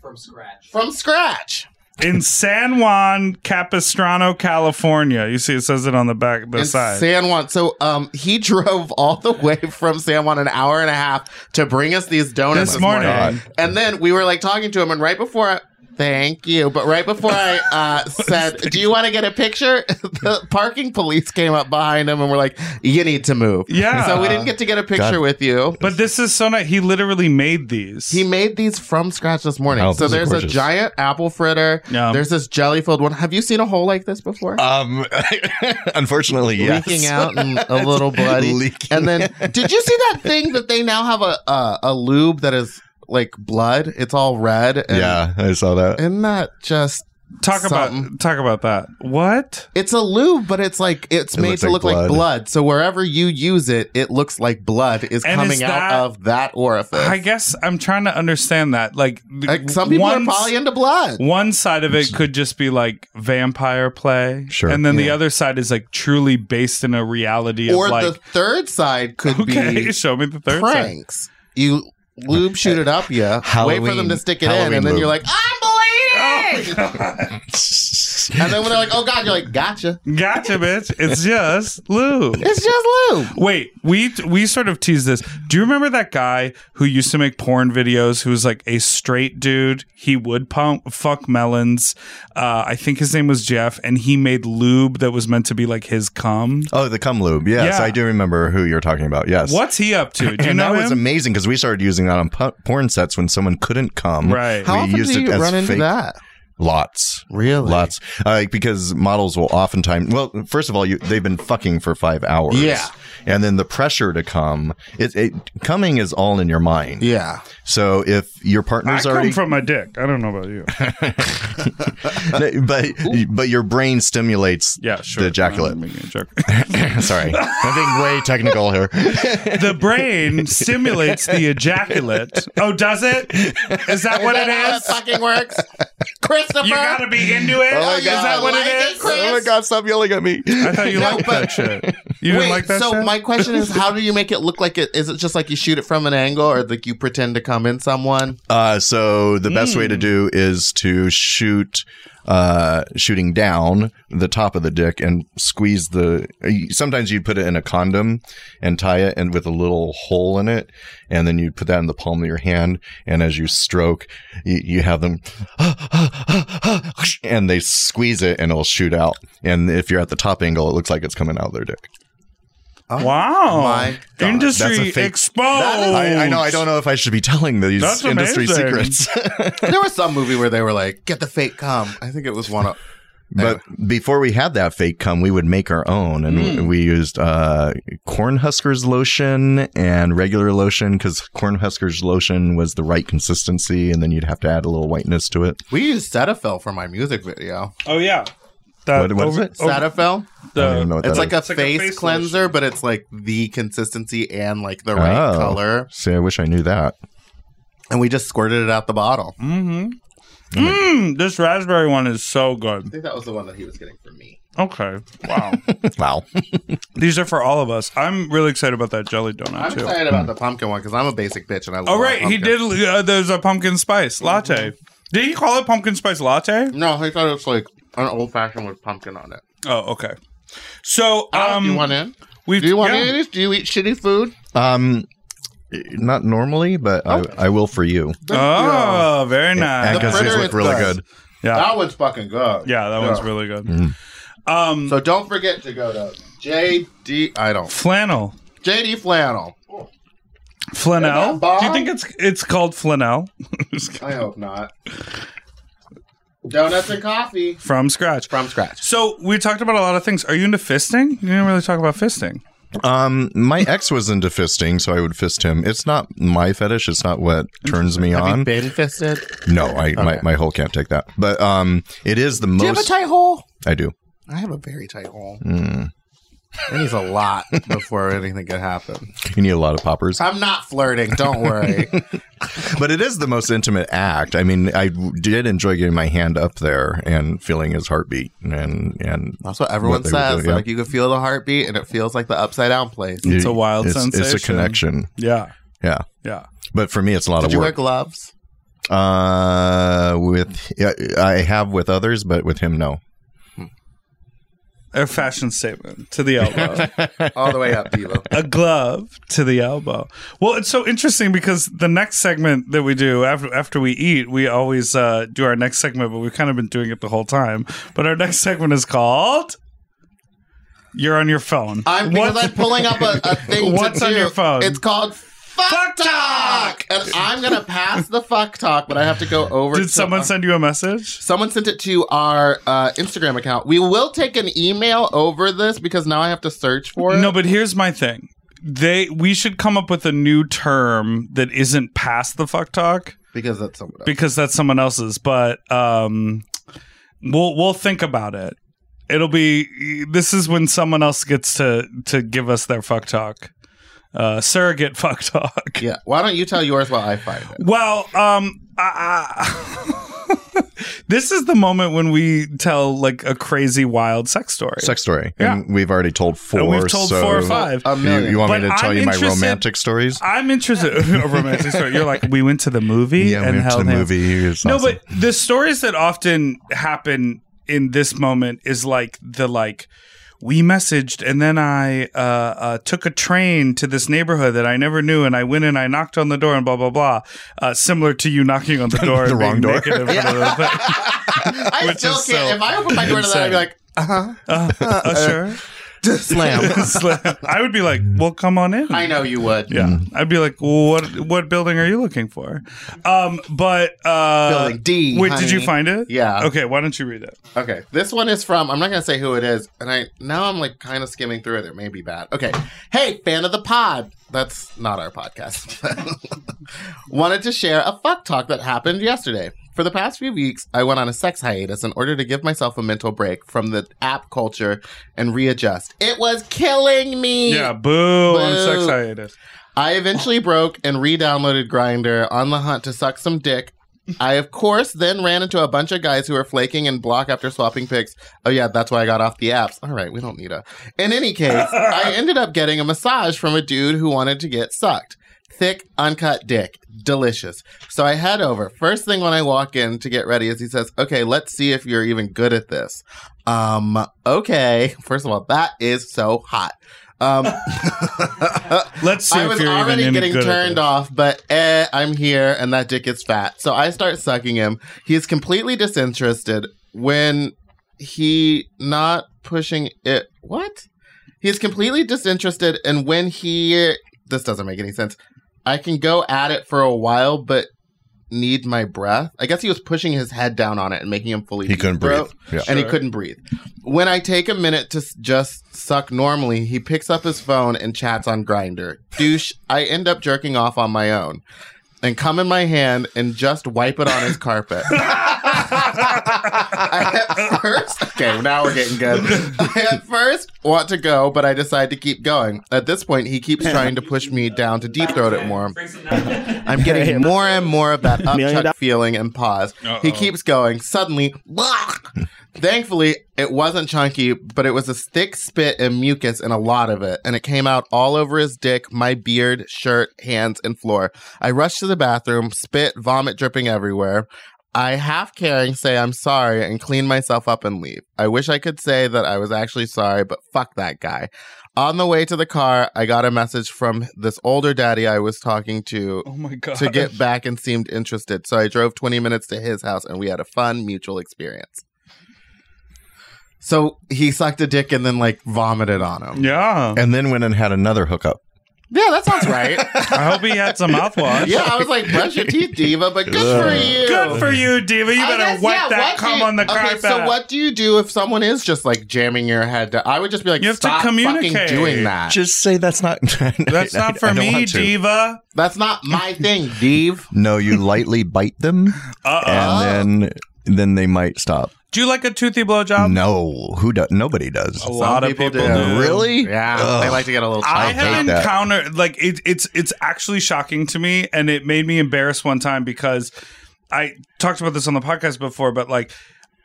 Speaker 4: From scratch.
Speaker 5: In San Juan Capistrano, California. You see, it says it on the back, the
Speaker 4: in
Speaker 5: side.
Speaker 4: San Juan. So um, he drove all the way from San Juan an hour and a half to bring us these donuts
Speaker 5: This
Speaker 4: this, morning.
Speaker 5: morning.
Speaker 4: And then we were like talking to him, and right before I. Thank you. But right before I uh, said, Do you want to get a picture? the parking police came up behind him and were like, You need to move.
Speaker 5: Yeah.
Speaker 4: So we didn't get to get a picture
Speaker 7: God.
Speaker 4: with you.
Speaker 5: but this is so nice. He literally made these.
Speaker 4: He made these from scratch this morning.
Speaker 7: Wow,
Speaker 4: so
Speaker 7: these are
Speaker 4: there's a
Speaker 7: gorgeous.
Speaker 4: giant apple fritter.
Speaker 5: Yeah.
Speaker 4: There's this jelly filled one. Have you seen a hole like this before?
Speaker 7: Um, unfortunately, yes.
Speaker 4: leaking out and a little bloody.
Speaker 7: leaking
Speaker 4: And then, did you see that thing that they now have a a, a lube that is like blood? It's all red. And
Speaker 7: Yeah, I saw that.
Speaker 4: Isn't that just?
Speaker 5: talk
Speaker 4: something.
Speaker 5: about talk about that. What?
Speaker 4: It's a lube, but it's like it's
Speaker 7: It
Speaker 4: made
Speaker 7: looks
Speaker 4: to
Speaker 7: like
Speaker 4: look like
Speaker 7: blood.
Speaker 4: blood. So wherever you use it, it looks like blood is
Speaker 5: And
Speaker 4: coming
Speaker 5: is
Speaker 4: out
Speaker 5: that-
Speaker 4: of that orifice.
Speaker 5: I guess I'm trying to understand that. Like, th-
Speaker 4: like some people
Speaker 5: one-
Speaker 4: are probably into blood.
Speaker 5: One side of it could just be like vampire play,
Speaker 7: Sure.
Speaker 5: and then the other side is like truly based in a reality
Speaker 4: Or
Speaker 5: of
Speaker 4: the
Speaker 5: like,
Speaker 4: third side could
Speaker 5: okay,
Speaker 4: be
Speaker 5: show me the third side.
Speaker 4: pranks. You lube shoot it up, yeah. Wait for them
Speaker 7: Halloween-
Speaker 4: to stick it in,
Speaker 7: Halloween
Speaker 4: and then you're like,
Speaker 7: lube.
Speaker 5: Oh,
Speaker 4: I'm bleeding. And then when they're like, "Oh God," you're like, "Gotcha."
Speaker 5: Gotcha, bitch. It's just lube.
Speaker 4: It's just lube.
Speaker 5: Wait, we we sort of teased this. Do you remember that guy who used to make porn videos? Who was like a straight dude. He would pump fuck melons. Uh, I think his name was Jeff, and he made lube that was meant to be like his cum.
Speaker 7: Oh, the cum lube. Yes,
Speaker 5: Yeah.
Speaker 7: I do remember who you're talking about. Yes.
Speaker 5: What's he up to? Do you
Speaker 7: and
Speaker 5: know
Speaker 7: that was
Speaker 5: him?
Speaker 7: amazing because we started using that on pu- porn sets when someone couldn't come.
Speaker 5: Right.
Speaker 4: How
Speaker 7: we
Speaker 4: often
Speaker 7: used
Speaker 4: do
Speaker 7: it
Speaker 4: you
Speaker 7: as
Speaker 4: run into
Speaker 7: fake-
Speaker 4: that?
Speaker 7: Lots.
Speaker 4: Really?
Speaker 7: Lots. Uh, because models will oftentimes, well, first of all, you, they've been fucking for five hours.
Speaker 4: Yeah.
Speaker 7: And then the pressure to come, it, it coming is all in your mind.
Speaker 4: Yeah.
Speaker 7: So if your
Speaker 5: I
Speaker 7: partner's
Speaker 5: come
Speaker 7: already,
Speaker 5: from my dick. I don't know about you.
Speaker 7: but but your brain stimulates
Speaker 5: Yeah, sure.
Speaker 7: the ejaculate.
Speaker 5: I'm making a joke.
Speaker 7: Sorry, Um, I'm being way technical here.
Speaker 5: the brain stimulates the ejaculate. Oh, does it? Is that what it
Speaker 4: That
Speaker 5: is?
Speaker 4: fucking works. Christopher.
Speaker 5: You gotta be into it.
Speaker 7: Oh my
Speaker 5: is
Speaker 7: God.
Speaker 5: that what
Speaker 4: Like it,
Speaker 5: it is?
Speaker 4: Chris?
Speaker 7: Oh my god! Stop yelling at me.
Speaker 5: I thought you
Speaker 4: No,
Speaker 5: liked
Speaker 4: but-
Speaker 5: that shit. You
Speaker 4: Wait,
Speaker 5: didn't like that
Speaker 4: so
Speaker 5: shit?
Speaker 4: my question is, how do you make it look like it? Is it just like you shoot it from an angle, or like you pretend to come in someone?
Speaker 7: Uh, so the best way to do is to shoot, uh, shooting down the top of the dick and squeeze the. Sometimes you'd put it in a condom and tie it and with a little hole in it, and then you'd put that in the palm of your hand. And as you stroke, you, you have them, and they squeeze it and it'll shoot out. And if you're at the top angle, it looks like it's coming out of their dick.
Speaker 5: wow.
Speaker 4: my God.
Speaker 5: Industry
Speaker 7: Oh That's a fake-
Speaker 5: exposed.
Speaker 7: I, I know. I don't know if I should be telling these
Speaker 5: That's
Speaker 7: industry
Speaker 5: amazing.
Speaker 7: secrets.
Speaker 4: There was some movie where they were like, "Get the fake cum." I think it was one of.
Speaker 7: But before we had that fake cum, we would make our own, and
Speaker 4: Hmm.
Speaker 7: we used uh, corn huskers lotion and regular lotion because corn huskers lotion was the right consistency, and then you'd have to add a little whiteness to it.
Speaker 4: We used Cetaphil for my music video.
Speaker 5: Oh, yeah. That,
Speaker 7: What- what is it?
Speaker 4: Cetaphil.
Speaker 7: I don't even know
Speaker 5: The,
Speaker 7: what
Speaker 5: Oh.
Speaker 4: It's like a
Speaker 7: that is.
Speaker 5: It's like a
Speaker 4: face,
Speaker 5: face
Speaker 4: cleanser,
Speaker 5: lotion.
Speaker 4: but it's like the consistency and like the right
Speaker 7: Oh.
Speaker 4: color.
Speaker 7: See, I wish I knew that.
Speaker 4: And we just squirted it out the bottle. I
Speaker 5: Mm, this raspberry one is so good.
Speaker 4: think that was the one that he was getting for me.
Speaker 5: Okay. Wow.
Speaker 7: Wow.
Speaker 5: These are for all of us. I'm really excited about that jelly donut,
Speaker 4: I'm
Speaker 5: too.
Speaker 4: excited about the pumpkin one because I'm a basic bitch and I.
Speaker 5: Oh
Speaker 4: love
Speaker 5: right, he
Speaker 4: pumpkin. Mm-hmm.
Speaker 5: did. Uh, there's a pumpkin spice latte. Did he call it pumpkin spice latte?
Speaker 4: No, he thought it was like an old fashioned with pumpkin on it.
Speaker 5: Oh, okay. So,
Speaker 4: Um,
Speaker 5: um,
Speaker 4: do you want in?
Speaker 5: we've-
Speaker 4: Do you want
Speaker 5: yeah.
Speaker 4: any of these? Do you eat shitty food?
Speaker 7: Um, not normally, but I, I will for you.
Speaker 5: Oh, very
Speaker 7: And
Speaker 5: nice.
Speaker 4: The
Speaker 7: because these
Speaker 4: fritter
Speaker 7: look
Speaker 4: is
Speaker 7: really
Speaker 4: good.
Speaker 7: good.
Speaker 5: Yeah,
Speaker 4: That one's fucking good.
Speaker 5: yeah, that one's really good.
Speaker 4: So don't forget to go to JD. I don't
Speaker 5: Flannel,
Speaker 4: JD Flannel.
Speaker 5: flannel.
Speaker 4: Isn't that
Speaker 5: Do you
Speaker 4: bomb?
Speaker 5: think it's it's called flannel
Speaker 4: I hope not. Donuts and coffee
Speaker 5: from scratch?
Speaker 4: from scratch.
Speaker 5: So we talked about a lot of things. Are you into fisting? You didn't really talk about fisting.
Speaker 7: Um, my ex was into fisting, so I would fist him. It's not my fetish. It's not what turns me on.
Speaker 4: Been fisted.
Speaker 7: No, I my, my hole can't take that. But um, it is the most.
Speaker 4: tight hole?
Speaker 7: I do.
Speaker 4: I have a very tight hole. It needs a lot before anything can happen.
Speaker 7: You need a lot of poppers.
Speaker 4: I'm not flirting. Don't worry.
Speaker 7: but it is the most intimate act. I mean, I did enjoy getting my hand up there and feeling his heartbeat, and and
Speaker 4: That's what everyone
Speaker 7: What they would
Speaker 4: says.
Speaker 7: do, yeah.
Speaker 4: Like you can feel the heartbeat, and it feels like the upside down place.
Speaker 5: It's a wild
Speaker 7: it's, It's a
Speaker 5: sensation.
Speaker 7: connection.
Speaker 5: Yeah.
Speaker 7: Yeah,
Speaker 5: Yeah.
Speaker 7: but for me, it's a lot
Speaker 4: Did
Speaker 7: of
Speaker 4: you wear
Speaker 7: work.
Speaker 4: gloves?
Speaker 7: uh, with yeah, I have with others, but with him, no.
Speaker 5: A fashion statement to the elbow.
Speaker 4: All the way up, Devo.
Speaker 5: a glove to the elbow. Well, it's so interesting because the next segment that we do after after we eat, we always uh, do our next segment, but we've kind of been doing it the whole time. But our next segment is called "You're on Your Phone."
Speaker 4: I'm because I'm pulling up a, a thing.
Speaker 5: What's
Speaker 4: to
Speaker 5: on
Speaker 4: do.
Speaker 5: your phone?
Speaker 4: It's called fuck,
Speaker 5: Fuck
Speaker 4: talk, and I'm gonna pass the fuck talk, but I have to go over.
Speaker 5: Did
Speaker 4: to
Speaker 5: someone
Speaker 4: our-
Speaker 5: send you a message?
Speaker 4: Someone sent it to our uh, Instagram account. We will take an email over this because now I have to search for it.
Speaker 5: No, but here's my thing. They we should come up with a new term that isn't past the fuck talk.
Speaker 4: because that's someone else.
Speaker 5: because that's someone else's. But um, we'll we'll think about it. It'll be this is when someone else gets to to give us their fuck talk, uh, surrogate fuck talk.
Speaker 4: Yeah. Why don't you tell yours while I find it?
Speaker 5: Well, um, I, I- this is the moment when we tell like a crazy wild sex story.
Speaker 7: Sex story,
Speaker 5: Yeah.
Speaker 7: and we've already told four.
Speaker 5: And we've told
Speaker 7: so
Speaker 5: four or five.
Speaker 4: A
Speaker 7: You,
Speaker 4: million.
Speaker 7: you want
Speaker 5: But
Speaker 7: me to tell
Speaker 5: I'm
Speaker 7: you my
Speaker 5: interested-
Speaker 7: romantic stories?
Speaker 5: I'm interested. a romantic story. You're like, we went to the movie
Speaker 7: yeah,
Speaker 5: and
Speaker 7: we went to
Speaker 5: held
Speaker 7: the
Speaker 5: hands.
Speaker 7: movie. It's
Speaker 5: no
Speaker 7: awesome.
Speaker 5: but the stories that often happen in this moment is like the like we messaged and then i uh, uh, took a train to this neighborhood that i never knew and i went and i knocked on the door and blah blah blah uh, similar to you knocking on the door
Speaker 7: The
Speaker 5: and
Speaker 7: wrong
Speaker 5: being
Speaker 7: door.
Speaker 5: naked in front of the thing.
Speaker 4: I
Speaker 5: Which
Speaker 4: still can't.
Speaker 5: is so
Speaker 4: if I open my door to that, I'd be like,
Speaker 5: uh, uh, sure
Speaker 4: slam.
Speaker 5: Slam. i would be like well come on in
Speaker 4: I know you would.
Speaker 5: yeah
Speaker 7: Mm.
Speaker 5: i'd be like well, what what building are you looking for um but uh
Speaker 4: Building D,
Speaker 5: wait
Speaker 4: honey.
Speaker 5: did you find it
Speaker 4: Yeah.
Speaker 5: okay why don't you read it
Speaker 4: Okay. This one is from, I'm not going to say who it is. And I, now I'm like kind of skimming through it. It may be bad. Okay. Hey, fan of the pod. That's not our podcast. Wanted to share a fuck talk that happened yesterday. For the past few weeks, I went on a sex hiatus in order to give myself a mental break from the app culture and readjust. It was killing me.
Speaker 5: yeah boo. on
Speaker 4: Boo.
Speaker 5: sex hiatus
Speaker 4: I eventually broke and re-downloaded Grinder on the hunt to suck some dick. I of course then ran into a bunch of guys who were flaking and block after swapping pics. Oh yeah, that's why I got off the apps. All right, we don't need a. In any case, I ended up getting a massage from a dude who wanted to get sucked. Thick, uncut dick. Delicious. So I head over. First thing when I walk in to get ready is he says, Okay, let's see if you're even good at this. Um, okay. First of all, that is so hot. Um,
Speaker 5: Let's see
Speaker 4: I
Speaker 5: if
Speaker 4: was
Speaker 5: you're even
Speaker 4: already
Speaker 5: any
Speaker 4: getting
Speaker 5: good at
Speaker 4: turned
Speaker 5: this.
Speaker 4: off, but eh, I'm here and that dick is fat. So I start sucking him. He is completely disinterested when he not pushing it. What? He is completely disinterested, and when he this doesn't make any sense. I can go at it for a while, but need my breath. I guess he was pushing his head down on it and making him fully.
Speaker 7: He couldn't
Speaker 4: deep throat,
Speaker 7: breathe. Yeah.
Speaker 4: and he couldn't breathe. When I take a minute to s- just suck normally, he picks up his phone and chats on Grinder. Douche. I end up jerking off on my own. And come in my hand and just wipe it on his carpet. I at first, okay, now we're getting good. I at first want to go, but I decide to keep going. At this point, he keeps trying to push me down to deep throat it more. I'm getting more and more of that upchuck feeling and pause. He keeps going. Suddenly, blah! thankfully, it wasn't chunky, but it was a thick spit and mucus and a lot of it, and it came out all over his dick, my beard, shirt, hands, and floor. I rushed to the bathroom, spit, vomit dripping everywhere. I half caring say I'm sorry and clean myself up and leave. I wish I could say that I was actually sorry, but fuck that guy. On the way to the car, I got a message from this older daddy I was talking to
Speaker 5: Oh my god!
Speaker 4: to get back and seemed interested. So I drove 20 minutes to his house and we had a fun mutual experience. So he sucked a dick and then like vomited on him.
Speaker 5: yeah,
Speaker 7: and then went and had another hookup.
Speaker 4: Yeah, that sounds right.
Speaker 5: I hope he had some mouthwash.
Speaker 4: yeah, I was like, brush your teeth, Diva, but good for you.
Speaker 5: Good for you, Diva. You
Speaker 4: I
Speaker 5: better
Speaker 4: guess,
Speaker 5: wipe
Speaker 4: yeah,
Speaker 5: that
Speaker 4: what do
Speaker 5: cum
Speaker 4: you-
Speaker 5: on the
Speaker 4: okay,
Speaker 5: carpet.
Speaker 4: So what do you do if someone is just like jamming your head down? I would just be like,
Speaker 5: You have to
Speaker 4: stop
Speaker 5: communicate.
Speaker 4: fucking doing
Speaker 5: Ah.
Speaker 4: that.
Speaker 7: Just say that's not.
Speaker 5: That's not for me, Diva.
Speaker 4: That's not my thing, Div.
Speaker 7: No, you lightly bite them,
Speaker 5: Uh oh.
Speaker 7: and then then they might stop.
Speaker 5: Do you like a toothy blowjob?
Speaker 7: No, who does? Nobody does.
Speaker 5: A lot of people,
Speaker 4: people
Speaker 5: do.
Speaker 4: do.
Speaker 7: Really?
Speaker 4: Yeah,
Speaker 7: Ugh.
Speaker 4: they like to get a little.
Speaker 5: I
Speaker 7: I hate
Speaker 5: have
Speaker 7: that.
Speaker 5: encountered like it, it's it's actually shocking to me, and it made me embarrassed one time because I talked about this on the podcast before, but like.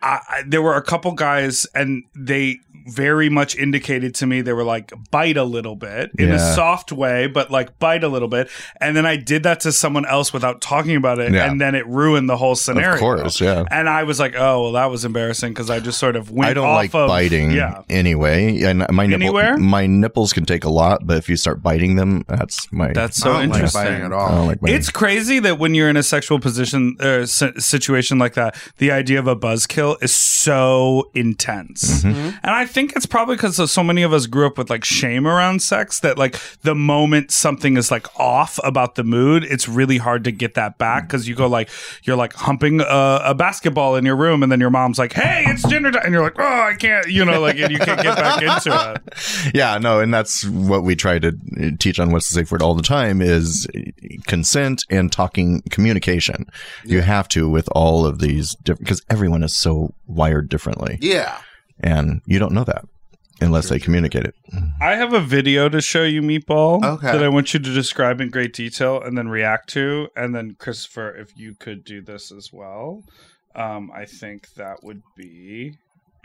Speaker 5: I, I- there were a couple guys, and they very much indicated to me they were like bite a little bit in a
Speaker 7: Yeah.
Speaker 5: soft way, but like bite a little bit. And then I did that to someone else without talking about it,
Speaker 7: Yeah.
Speaker 5: and then it ruined the whole scenario.
Speaker 7: Of course, yeah.
Speaker 5: And I was like, oh well, that was embarrassing because I just sort of went.
Speaker 7: I don't
Speaker 5: off
Speaker 7: like
Speaker 5: of,
Speaker 7: biting
Speaker 5: Yeah,
Speaker 7: anyway, and my nipple,
Speaker 5: Anywhere?
Speaker 7: my nipples can take a lot, but if you start biting them, that's my
Speaker 5: that's so
Speaker 4: I don't like
Speaker 5: interesting.
Speaker 4: biting at
Speaker 7: I
Speaker 4: all.
Speaker 7: don't like biting.
Speaker 5: It's crazy that when you're in a sexual position or s- situation like that, the idea of a buzzkill is so intense. And I think it's probably because so many of us grew up with like shame around sex that like the moment something is like off about the mood, it's really hard to get that back because you go like you're like humping a, a basketball in your room, and then your mom's like, "Hey, it's dinner time," and you're like, "Oh, I can't," you know, like and you can't get back into it.
Speaker 7: yeah, no, and that's what we try to uh, teach on what's the safe word all the time is uh, consent and talking communication. You have to with all of these different because everyone is so wired differently,
Speaker 9: Yeah.
Speaker 7: and you don't know that unless they communicate it.
Speaker 5: I have a video to show you, Meatball,
Speaker 4: Okay.
Speaker 5: that I want you to describe in great detail and then react to. And then, Christopher, if you could do this as well, um, I think that would be.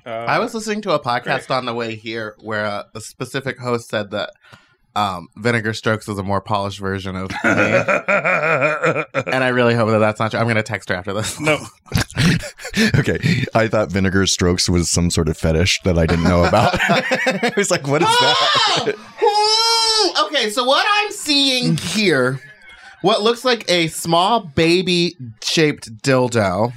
Speaker 5: Uh,
Speaker 4: I was listening to a podcast on the way here where uh, a specific host said that um, Vinegar Strokes is a more polished version of me. and I really hope that that's not true. I'm going to text her after this.
Speaker 5: no,
Speaker 7: okay, I thought vinegar strokes was some sort of fetish that I didn't know about. I was like, what is that?
Speaker 4: Oh! Ooh! okay, so what I'm seeing here, what looks like a small baby shaped dildo.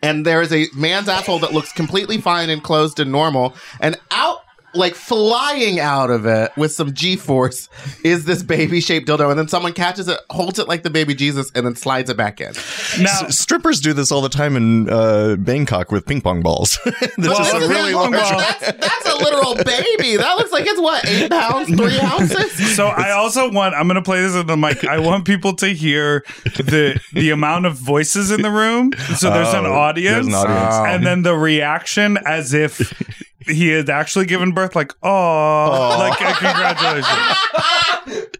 Speaker 4: And there is a man's asshole that looks completely fine and closed and normal. And out, like flying out of it with some G force, is this baby shaped dildo. And then someone catches it, holds it like the baby Jesus, and then slides it back in.
Speaker 5: now
Speaker 7: S- strippers do this all the time in uh, Bangkok with ping pong balls. this is
Speaker 4: This
Speaker 7: a
Speaker 4: is
Speaker 7: really
Speaker 4: not-
Speaker 7: large.
Speaker 4: that's, that's a literal baby. That looks like it's what, eight pounds, three ounces?
Speaker 5: So I also want I'm gonna play this in the mic. I want people to hear the the amount of voices in the room. So there's an
Speaker 7: Oh,
Speaker 5: audience,
Speaker 7: there's an audience. Oh.
Speaker 5: and then the reaction as if he had actually given birth, like oh, like uh, congratulations.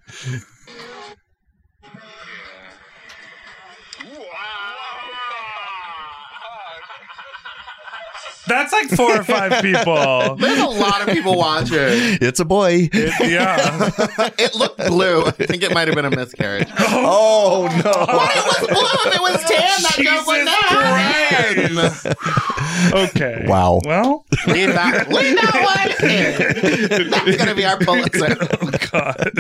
Speaker 5: That's like four or five people.
Speaker 4: There's a lot of people watching.
Speaker 7: It's a boy.
Speaker 5: Yeah.
Speaker 4: It looked blue. I think it might have been a miscarriage.
Speaker 7: oh no!
Speaker 4: It was blue. If it was tan, that joke would not
Speaker 5: Jesus Christ. okay.
Speaker 7: Wow.
Speaker 5: Well,
Speaker 4: Leave that, leave that one in. That's going to be our Pulitzer.
Speaker 5: oh god.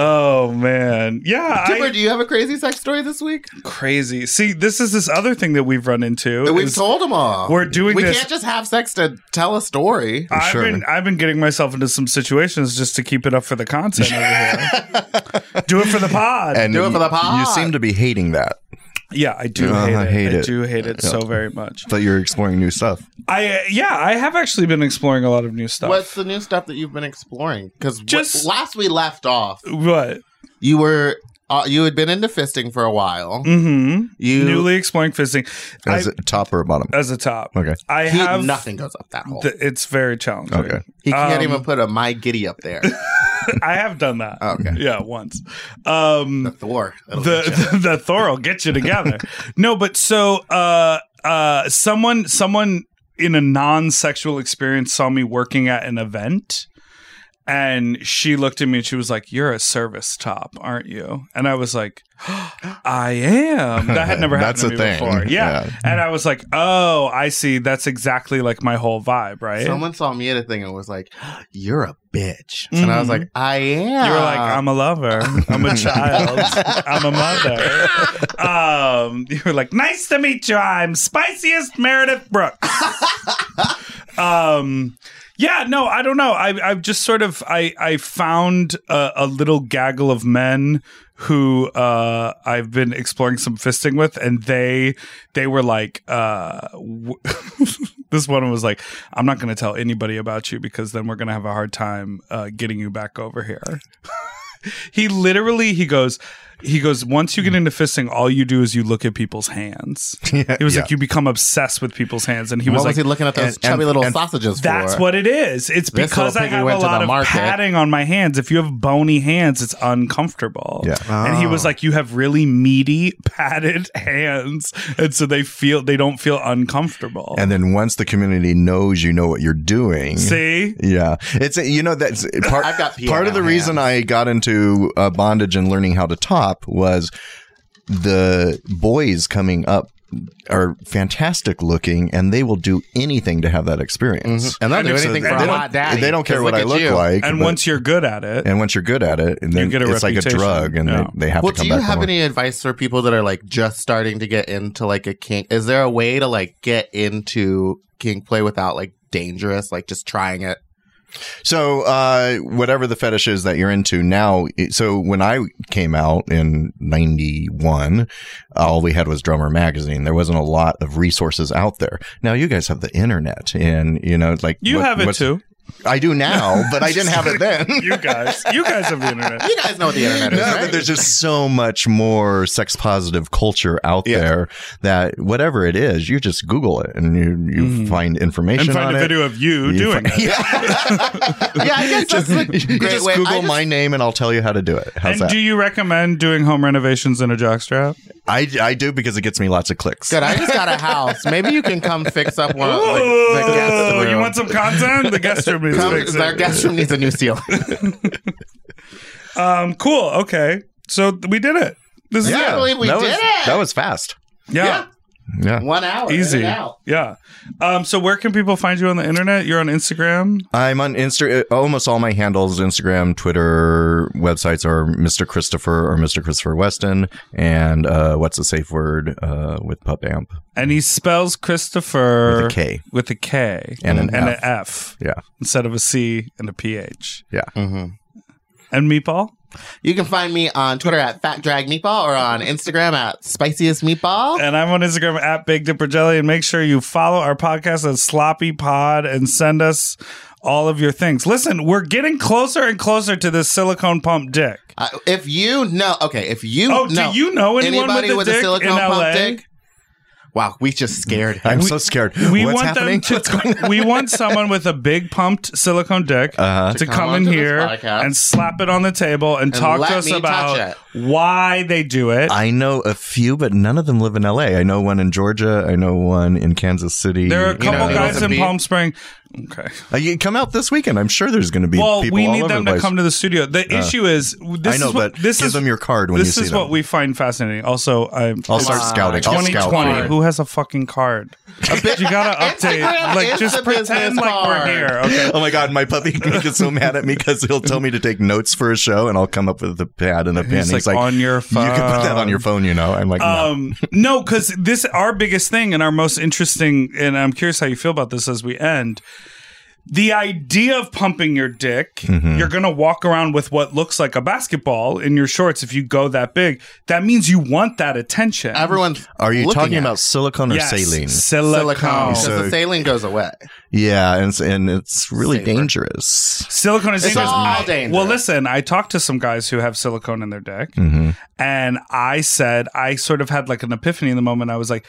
Speaker 5: Oh man. Yeah,
Speaker 4: Cooper,
Speaker 5: I,
Speaker 4: do you have a crazy sex story this week?
Speaker 5: crazy. See, this is this other thing that we've run into.
Speaker 4: We've
Speaker 5: is
Speaker 4: told them all.
Speaker 5: we're doing
Speaker 4: we
Speaker 5: this-
Speaker 4: can't just have sex to tell a story.
Speaker 5: I've
Speaker 7: sure.
Speaker 5: been I've been getting myself into some situations just to keep it up for the content over here. Do it for the pod.
Speaker 4: Do it for the pod.
Speaker 7: You seem to be hating that,
Speaker 5: yeah, I do
Speaker 7: Uh,
Speaker 5: hate,
Speaker 7: I
Speaker 5: it.
Speaker 7: hate
Speaker 5: I
Speaker 7: it.
Speaker 5: do hate it so very much.
Speaker 7: but you're exploring new stuff.
Speaker 5: I uh, yeah, I have actually been exploring a lot of new stuff.
Speaker 4: What's the new stuff that you've been exploring? Because
Speaker 5: Just-
Speaker 4: last we left off,
Speaker 5: what?
Speaker 4: you were uh, you had been into fisting for a while.
Speaker 5: Mm-hmm.
Speaker 4: You
Speaker 5: Newly exploring fisting
Speaker 7: Is
Speaker 5: I-
Speaker 7: it top or bottom?
Speaker 5: as a top.
Speaker 7: Okay.
Speaker 5: I
Speaker 4: he,
Speaker 5: have
Speaker 4: nothing goes up that hole.
Speaker 5: Th- it's very challenging.
Speaker 7: Okay.
Speaker 4: he can't
Speaker 5: um,
Speaker 4: even put a my giddy up there.
Speaker 5: I have done that.
Speaker 4: Okay.
Speaker 5: Yeah, once. Um,
Speaker 4: Thor. That'll
Speaker 5: the,
Speaker 4: get you.
Speaker 5: the the Thor will get you together. no, but so uh uh someone someone in a non-sexual experience saw me working at an event and she looked at me and she was like, You're a service top, aren't you? And I was like, I am. That had never happened
Speaker 7: That's
Speaker 5: to
Speaker 7: a
Speaker 5: me
Speaker 7: thing.
Speaker 5: before. Yeah.
Speaker 7: Yeah.
Speaker 5: And I was like, Oh, I see. That's exactly like my whole vibe,
Speaker 7: Eh?
Speaker 5: right?
Speaker 4: Someone saw me at a thing and was like, "You're a bitch," and I was like,
Speaker 7: Mm-hmm.
Speaker 4: "I am."
Speaker 5: You were like,
Speaker 7: um,
Speaker 5: I'm a lover. I'm a child. I'm a mother. Um, you were like, nice to meet you. I'm spiciest Meredith Brooks. um, yeah, no, I don't know. I, I've just sort of I I found a, a little gaggle of men who uh, I've been exploring some fisting with, and they they were like, uh, w- this one was like, I'm not going to tell anybody about you because then we're going to have a hard time uh, getting you back over here. he literally he goes. he goes, once you get into fisting, all you do is you look at people's hands.
Speaker 7: Yeah,
Speaker 5: He was
Speaker 7: yeah.
Speaker 5: like, you become obsessed with people's hands. And he
Speaker 4: What
Speaker 5: was like,
Speaker 4: was he looking at those
Speaker 7: and-
Speaker 4: chubby
Speaker 7: and-
Speaker 4: little
Speaker 7: and
Speaker 4: sausages
Speaker 5: that's
Speaker 4: for?
Speaker 5: what it is. It's
Speaker 4: This
Speaker 5: because
Speaker 4: little
Speaker 5: I
Speaker 4: piggy
Speaker 5: have a
Speaker 4: went to the
Speaker 5: lot of
Speaker 4: market.
Speaker 5: padding on my hands. If you have bony hands, it's uncomfortable.
Speaker 7: Yeah.
Speaker 5: And he was
Speaker 4: Ah.
Speaker 5: like, You have really meaty, padded hands. And so they feel they don't feel uncomfortable.
Speaker 7: And then once the community knows you know what you're doing.
Speaker 5: See?
Speaker 7: Yeah, it's you know that's part.
Speaker 4: I've got piano
Speaker 7: part of the reason I got into uh, bondage and learning how to top was the boys coming up are fantastic looking, and they will do anything to have that experience.
Speaker 4: Mm-hmm. And they'll do
Speaker 5: So
Speaker 4: anything
Speaker 5: they
Speaker 4: for a
Speaker 5: don't-
Speaker 4: hot daddy.
Speaker 7: They don't care
Speaker 4: Just
Speaker 7: what
Speaker 4: look
Speaker 7: I
Speaker 4: at
Speaker 7: look
Speaker 4: you.
Speaker 7: like.
Speaker 5: And
Speaker 7: but-
Speaker 5: once you're good at it,
Speaker 7: and once you're good at it, and then
Speaker 5: You get a
Speaker 7: it's like a
Speaker 5: reputation.
Speaker 7: drug, and
Speaker 5: Yeah.
Speaker 7: they, they have
Speaker 4: Well,
Speaker 7: to come
Speaker 4: do you
Speaker 7: back. for
Speaker 4: have
Speaker 7: more.
Speaker 4: any advice for people that are like just starting to get into like a kink? Is there a way to like get into kink play without like dangerous, like just trying it?
Speaker 7: So, uh, whatever the fetish is that you're into now, it- so when I came out in 91, all we had was Drummer Magazine. There wasn't a lot of resources out there. Now you guys have the internet and, you know, like.
Speaker 5: you
Speaker 7: what-
Speaker 5: have it
Speaker 7: what's-
Speaker 5: too.
Speaker 7: I do now, but I didn't have it then.
Speaker 5: You guys. You guys have the internet.
Speaker 4: You guys know what the internet is.
Speaker 7: No,
Speaker 4: right?
Speaker 7: but there's just so much more sex positive culture out there that whatever it is, you just Google it and you, you find information
Speaker 5: Mm. And find
Speaker 7: on
Speaker 5: a
Speaker 7: it.
Speaker 5: video of you,
Speaker 7: You
Speaker 5: doing
Speaker 7: fi-
Speaker 5: it.
Speaker 4: yeah, I guess that's a great
Speaker 7: You just
Speaker 4: way. I
Speaker 7: Google
Speaker 4: just-
Speaker 7: my name and I'll tell you how to do it. How's
Speaker 5: And
Speaker 7: that?
Speaker 5: do you recommend doing home renovations in a jockstrap?
Speaker 7: I, I do because it gets me lots of clicks.
Speaker 4: Good. I just got a house. Maybe you can come fix up one of like, the guest
Speaker 5: Oh,
Speaker 4: room.
Speaker 5: you want some content? The guest room needs
Speaker 4: Come-
Speaker 5: fixing.
Speaker 4: Our guest room needs a new ceiling.
Speaker 5: Um, cool. Okay. So th- we did it. This is
Speaker 4: Yeah.
Speaker 5: it.
Speaker 4: believe we
Speaker 7: that
Speaker 4: did
Speaker 7: was,
Speaker 4: it.
Speaker 7: That was fast.
Speaker 5: Yeah.
Speaker 7: Yeah.
Speaker 4: One hour. in
Speaker 5: Easy.
Speaker 4: and out.
Speaker 5: Yeah. Um, so where can people find you on the internet? You're on Instagram.
Speaker 7: I'm on Insta. uh, Almost all my handles, Instagram, Twitter, websites are Mr. Christopher or Mr. Christopher Weston. And uh, what's the safe word uh, with Pup Amp?
Speaker 5: And he spells Christopher
Speaker 7: With a K.
Speaker 5: With a K.
Speaker 7: And an
Speaker 5: and
Speaker 7: F.
Speaker 5: a F
Speaker 7: Yeah.
Speaker 5: instead of a C and a PH.
Speaker 7: Yeah.
Speaker 5: And Meatball?
Speaker 4: You can find me on Twitter at Fat Drag Meatball or on Instagram at Spiciest Meatball.
Speaker 5: And I'm on Instagram at Big Dipper Jelly. And make sure you follow our podcast at Sloppy Pod and send us all of your things. Listen, we're getting closer and closer to this silicone pump dick.
Speaker 4: Uh, if you know, okay, if you
Speaker 5: Oh,
Speaker 4: know,
Speaker 5: do you know anyone
Speaker 4: anybody
Speaker 5: with a
Speaker 4: with
Speaker 5: dick
Speaker 4: a silicone
Speaker 5: in
Speaker 4: pump
Speaker 5: LA?
Speaker 4: dick? Wow, we just scared him.
Speaker 7: I'm so scared.
Speaker 5: We
Speaker 7: What's
Speaker 5: want
Speaker 7: happening?
Speaker 5: them
Speaker 7: What's
Speaker 5: to. We want someone with a big pumped silicone dick
Speaker 7: Uh-huh.
Speaker 5: to,
Speaker 4: come
Speaker 5: come, in
Speaker 4: onto this
Speaker 5: here
Speaker 4: podcast.
Speaker 5: and slap it on the table and, talk
Speaker 4: let
Speaker 5: to us
Speaker 4: me touch
Speaker 5: about
Speaker 4: it.
Speaker 5: why they do it.
Speaker 7: I know a few, but none of them live in LA. I know one in Georgia. I know one in Kansas City.
Speaker 5: there are a
Speaker 7: You
Speaker 5: couple
Speaker 7: know,
Speaker 5: guys in
Speaker 4: Beat.
Speaker 5: Palm Spring. Okay.
Speaker 7: Uh, you come out this weekend. I'm sure there's going to be
Speaker 5: Well,
Speaker 7: people
Speaker 5: we
Speaker 7: all
Speaker 5: need
Speaker 7: over
Speaker 5: them
Speaker 7: the
Speaker 5: to
Speaker 7: place. Uh-huh.
Speaker 5: come to the studio. The issue is this
Speaker 7: I know,
Speaker 5: is what,
Speaker 7: but
Speaker 5: this
Speaker 7: give
Speaker 5: is,
Speaker 7: them your card when
Speaker 5: this
Speaker 7: you see
Speaker 5: is what
Speaker 7: them.
Speaker 5: we find fascinating. Also, I'm
Speaker 7: I'll start scouting. I'll scout.
Speaker 5: 2020.
Speaker 7: for you.
Speaker 5: Who has a fucking card? you gotta update.
Speaker 4: Instagram
Speaker 5: like
Speaker 4: is
Speaker 5: just
Speaker 4: the
Speaker 5: pretend
Speaker 4: business
Speaker 5: like we're
Speaker 4: card.
Speaker 5: here. Okay.
Speaker 7: Oh my god, my puppy gets so mad at me because he'll tell me to take notes for a show, and I'll come up with a pad and a pen.
Speaker 5: He's like, "On your
Speaker 7: You can put that on your phone, you know. I'm like, no.
Speaker 5: Um, no, because this our biggest thing and our most interesting, and I'm curious how you feel about this as we end. The idea of pumping your dick,
Speaker 7: Mm-hmm.
Speaker 5: you're gonna walk around with what looks like a basketball in your shorts if you go that big. That means you want that attention.
Speaker 4: Everyone's
Speaker 7: Are you
Speaker 4: looking
Speaker 7: talking
Speaker 4: at
Speaker 7: about silicone or
Speaker 5: Yes,
Speaker 7: saline?
Speaker 5: Silicone.
Speaker 4: silicone?
Speaker 5: Silicone,
Speaker 4: Because
Speaker 7: So-
Speaker 4: the saline goes away.
Speaker 7: Yeah, and it's, and it's really
Speaker 4: Safer.
Speaker 7: dangerous.
Speaker 5: is
Speaker 4: It's
Speaker 5: dangerous.
Speaker 4: all
Speaker 5: I-
Speaker 4: dangerous.
Speaker 5: Well, listen, I talked to some guys who have silicone in their dick, and I said I sort of had like an epiphany in the moment. I was like,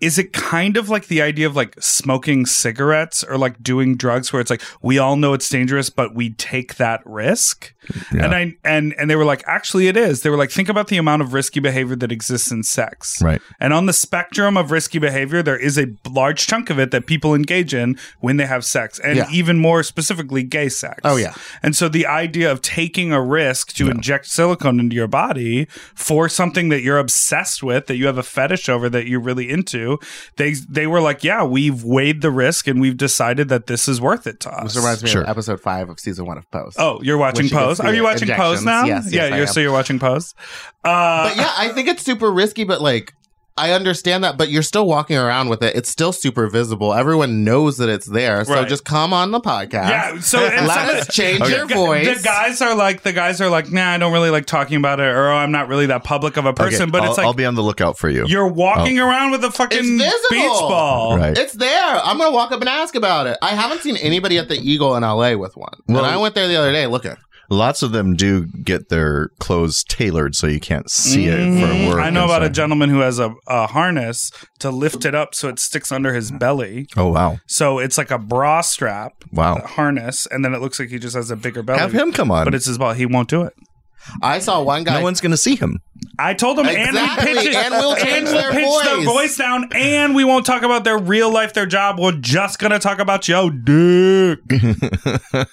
Speaker 5: is it kind of like the idea of like smoking cigarettes or like doing drugs where it's like we all know it's dangerous but we take that risk and i and and they were like actually it is they were like think about the amount of risky behavior that exists in sex
Speaker 7: Right.
Speaker 5: and on the spectrum of risky behavior there is a b- large chunk of it that people engage in when they have sex and
Speaker 4: Yeah.
Speaker 5: even more specifically gay sex
Speaker 4: Oh, yeah.
Speaker 5: and so the idea of taking a risk to inject silicone into your body for something that you're obsessed with, that you have a fetish over, that you're really into, they they were like, yeah, we've weighed the risk and we've decided that this is worth it to us.
Speaker 4: This reminds me of episode five of season one of Post.
Speaker 5: Oh, you're watching
Speaker 4: Which you can
Speaker 5: Pose.
Speaker 4: see
Speaker 5: Are you
Speaker 4: the
Speaker 5: watching Pose
Speaker 4: injections.
Speaker 5: now?
Speaker 4: Yes, yes,
Speaker 5: yeah.
Speaker 4: I
Speaker 5: You're,
Speaker 4: am.
Speaker 5: so you're watching Pose. Uh,
Speaker 4: But yeah, I think it's super risky, but like I understand that, but you're still walking around with it. It's still super visible. Everyone knows that it's there. So
Speaker 5: Right.
Speaker 4: just come on the podcast.
Speaker 5: Yeah, so- and
Speaker 4: let
Speaker 5: so-
Speaker 4: us change
Speaker 5: Oh, the
Speaker 4: your
Speaker 5: gu-
Speaker 4: voice.
Speaker 5: The guys are like, the guys are like, nah, I don't really like talking about it, or oh, I'm not really that public of a person.
Speaker 7: okay,
Speaker 5: but
Speaker 7: I'll,
Speaker 5: it's like
Speaker 7: I'll be on the lookout for you.
Speaker 5: you're walking around with a fucking
Speaker 4: It's visible.
Speaker 5: beach ball.
Speaker 7: Right.
Speaker 4: It's there. I'm gonna walk up and ask about it. I haven't seen anybody at the Eagle in LA with one.
Speaker 7: Well-
Speaker 4: and I went there the other day looking.
Speaker 7: Lots of them do get their clothes tailored so you can't see it
Speaker 5: Mhm.
Speaker 7: for work.
Speaker 5: I know
Speaker 7: and
Speaker 5: about
Speaker 7: so-
Speaker 5: a gentleman who has a, a harness to lift it up so it sticks under his belly.
Speaker 7: Oh wow,
Speaker 5: So it's like a bra strap
Speaker 7: wow.
Speaker 5: a harness, and then it looks like he just has a bigger belly.
Speaker 7: Have him come on,
Speaker 5: but it's his ball. He won't do it.
Speaker 4: I saw one guy.
Speaker 7: no one's going to see him.
Speaker 5: I told him,
Speaker 4: Exactly,
Speaker 5: and we pitch it,
Speaker 4: and we'll change their
Speaker 5: pitch their
Speaker 4: voice.
Speaker 5: voice down, and we won't talk about their real life, their job. We're just gonna talk about yo dick.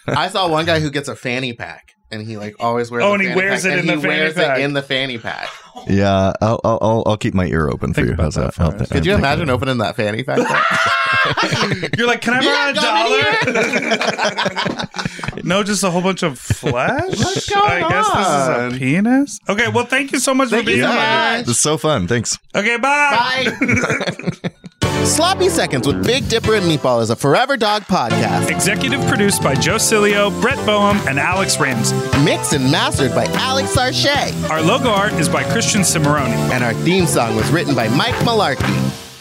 Speaker 4: I saw one guy who gets a fanny pack, and he like always wears.
Speaker 5: Oh,
Speaker 4: a
Speaker 5: and he
Speaker 4: fanny
Speaker 5: wears
Speaker 4: pack,
Speaker 5: it
Speaker 4: and
Speaker 5: in
Speaker 4: he
Speaker 5: the fanny
Speaker 4: wears
Speaker 5: pack.
Speaker 4: It in the fanny pack.
Speaker 7: Yeah, I'll I'll, I'll, I'll keep my ear open
Speaker 5: Think
Speaker 7: for you.
Speaker 5: about
Speaker 7: How's
Speaker 5: that
Speaker 7: that?
Speaker 5: for
Speaker 7: I'll
Speaker 5: a
Speaker 7: th-
Speaker 5: second.
Speaker 4: Could you imagine opening that fanny pack?
Speaker 5: You're like, can I borrow a dollar? no, just a whole bunch of flesh.
Speaker 4: What's going
Speaker 5: I guess this is a
Speaker 4: on?
Speaker 5: penis. Okay, well, thank you so much for being
Speaker 4: you so
Speaker 5: here.
Speaker 4: much.
Speaker 7: It's so fun. Thanks.
Speaker 5: Okay, bye.
Speaker 4: Sloppy Seconds with Big Dipper and Meatball is a Forever Dog podcast,
Speaker 5: Executive produced by Joe Cilio, Brett Boehm, and Alex Ramsey.
Speaker 4: mixed and mastered by Alex Sarchet,
Speaker 5: Our logo art is by Christian Cimarroni.
Speaker 4: and our theme song was written by Mike Malarkey.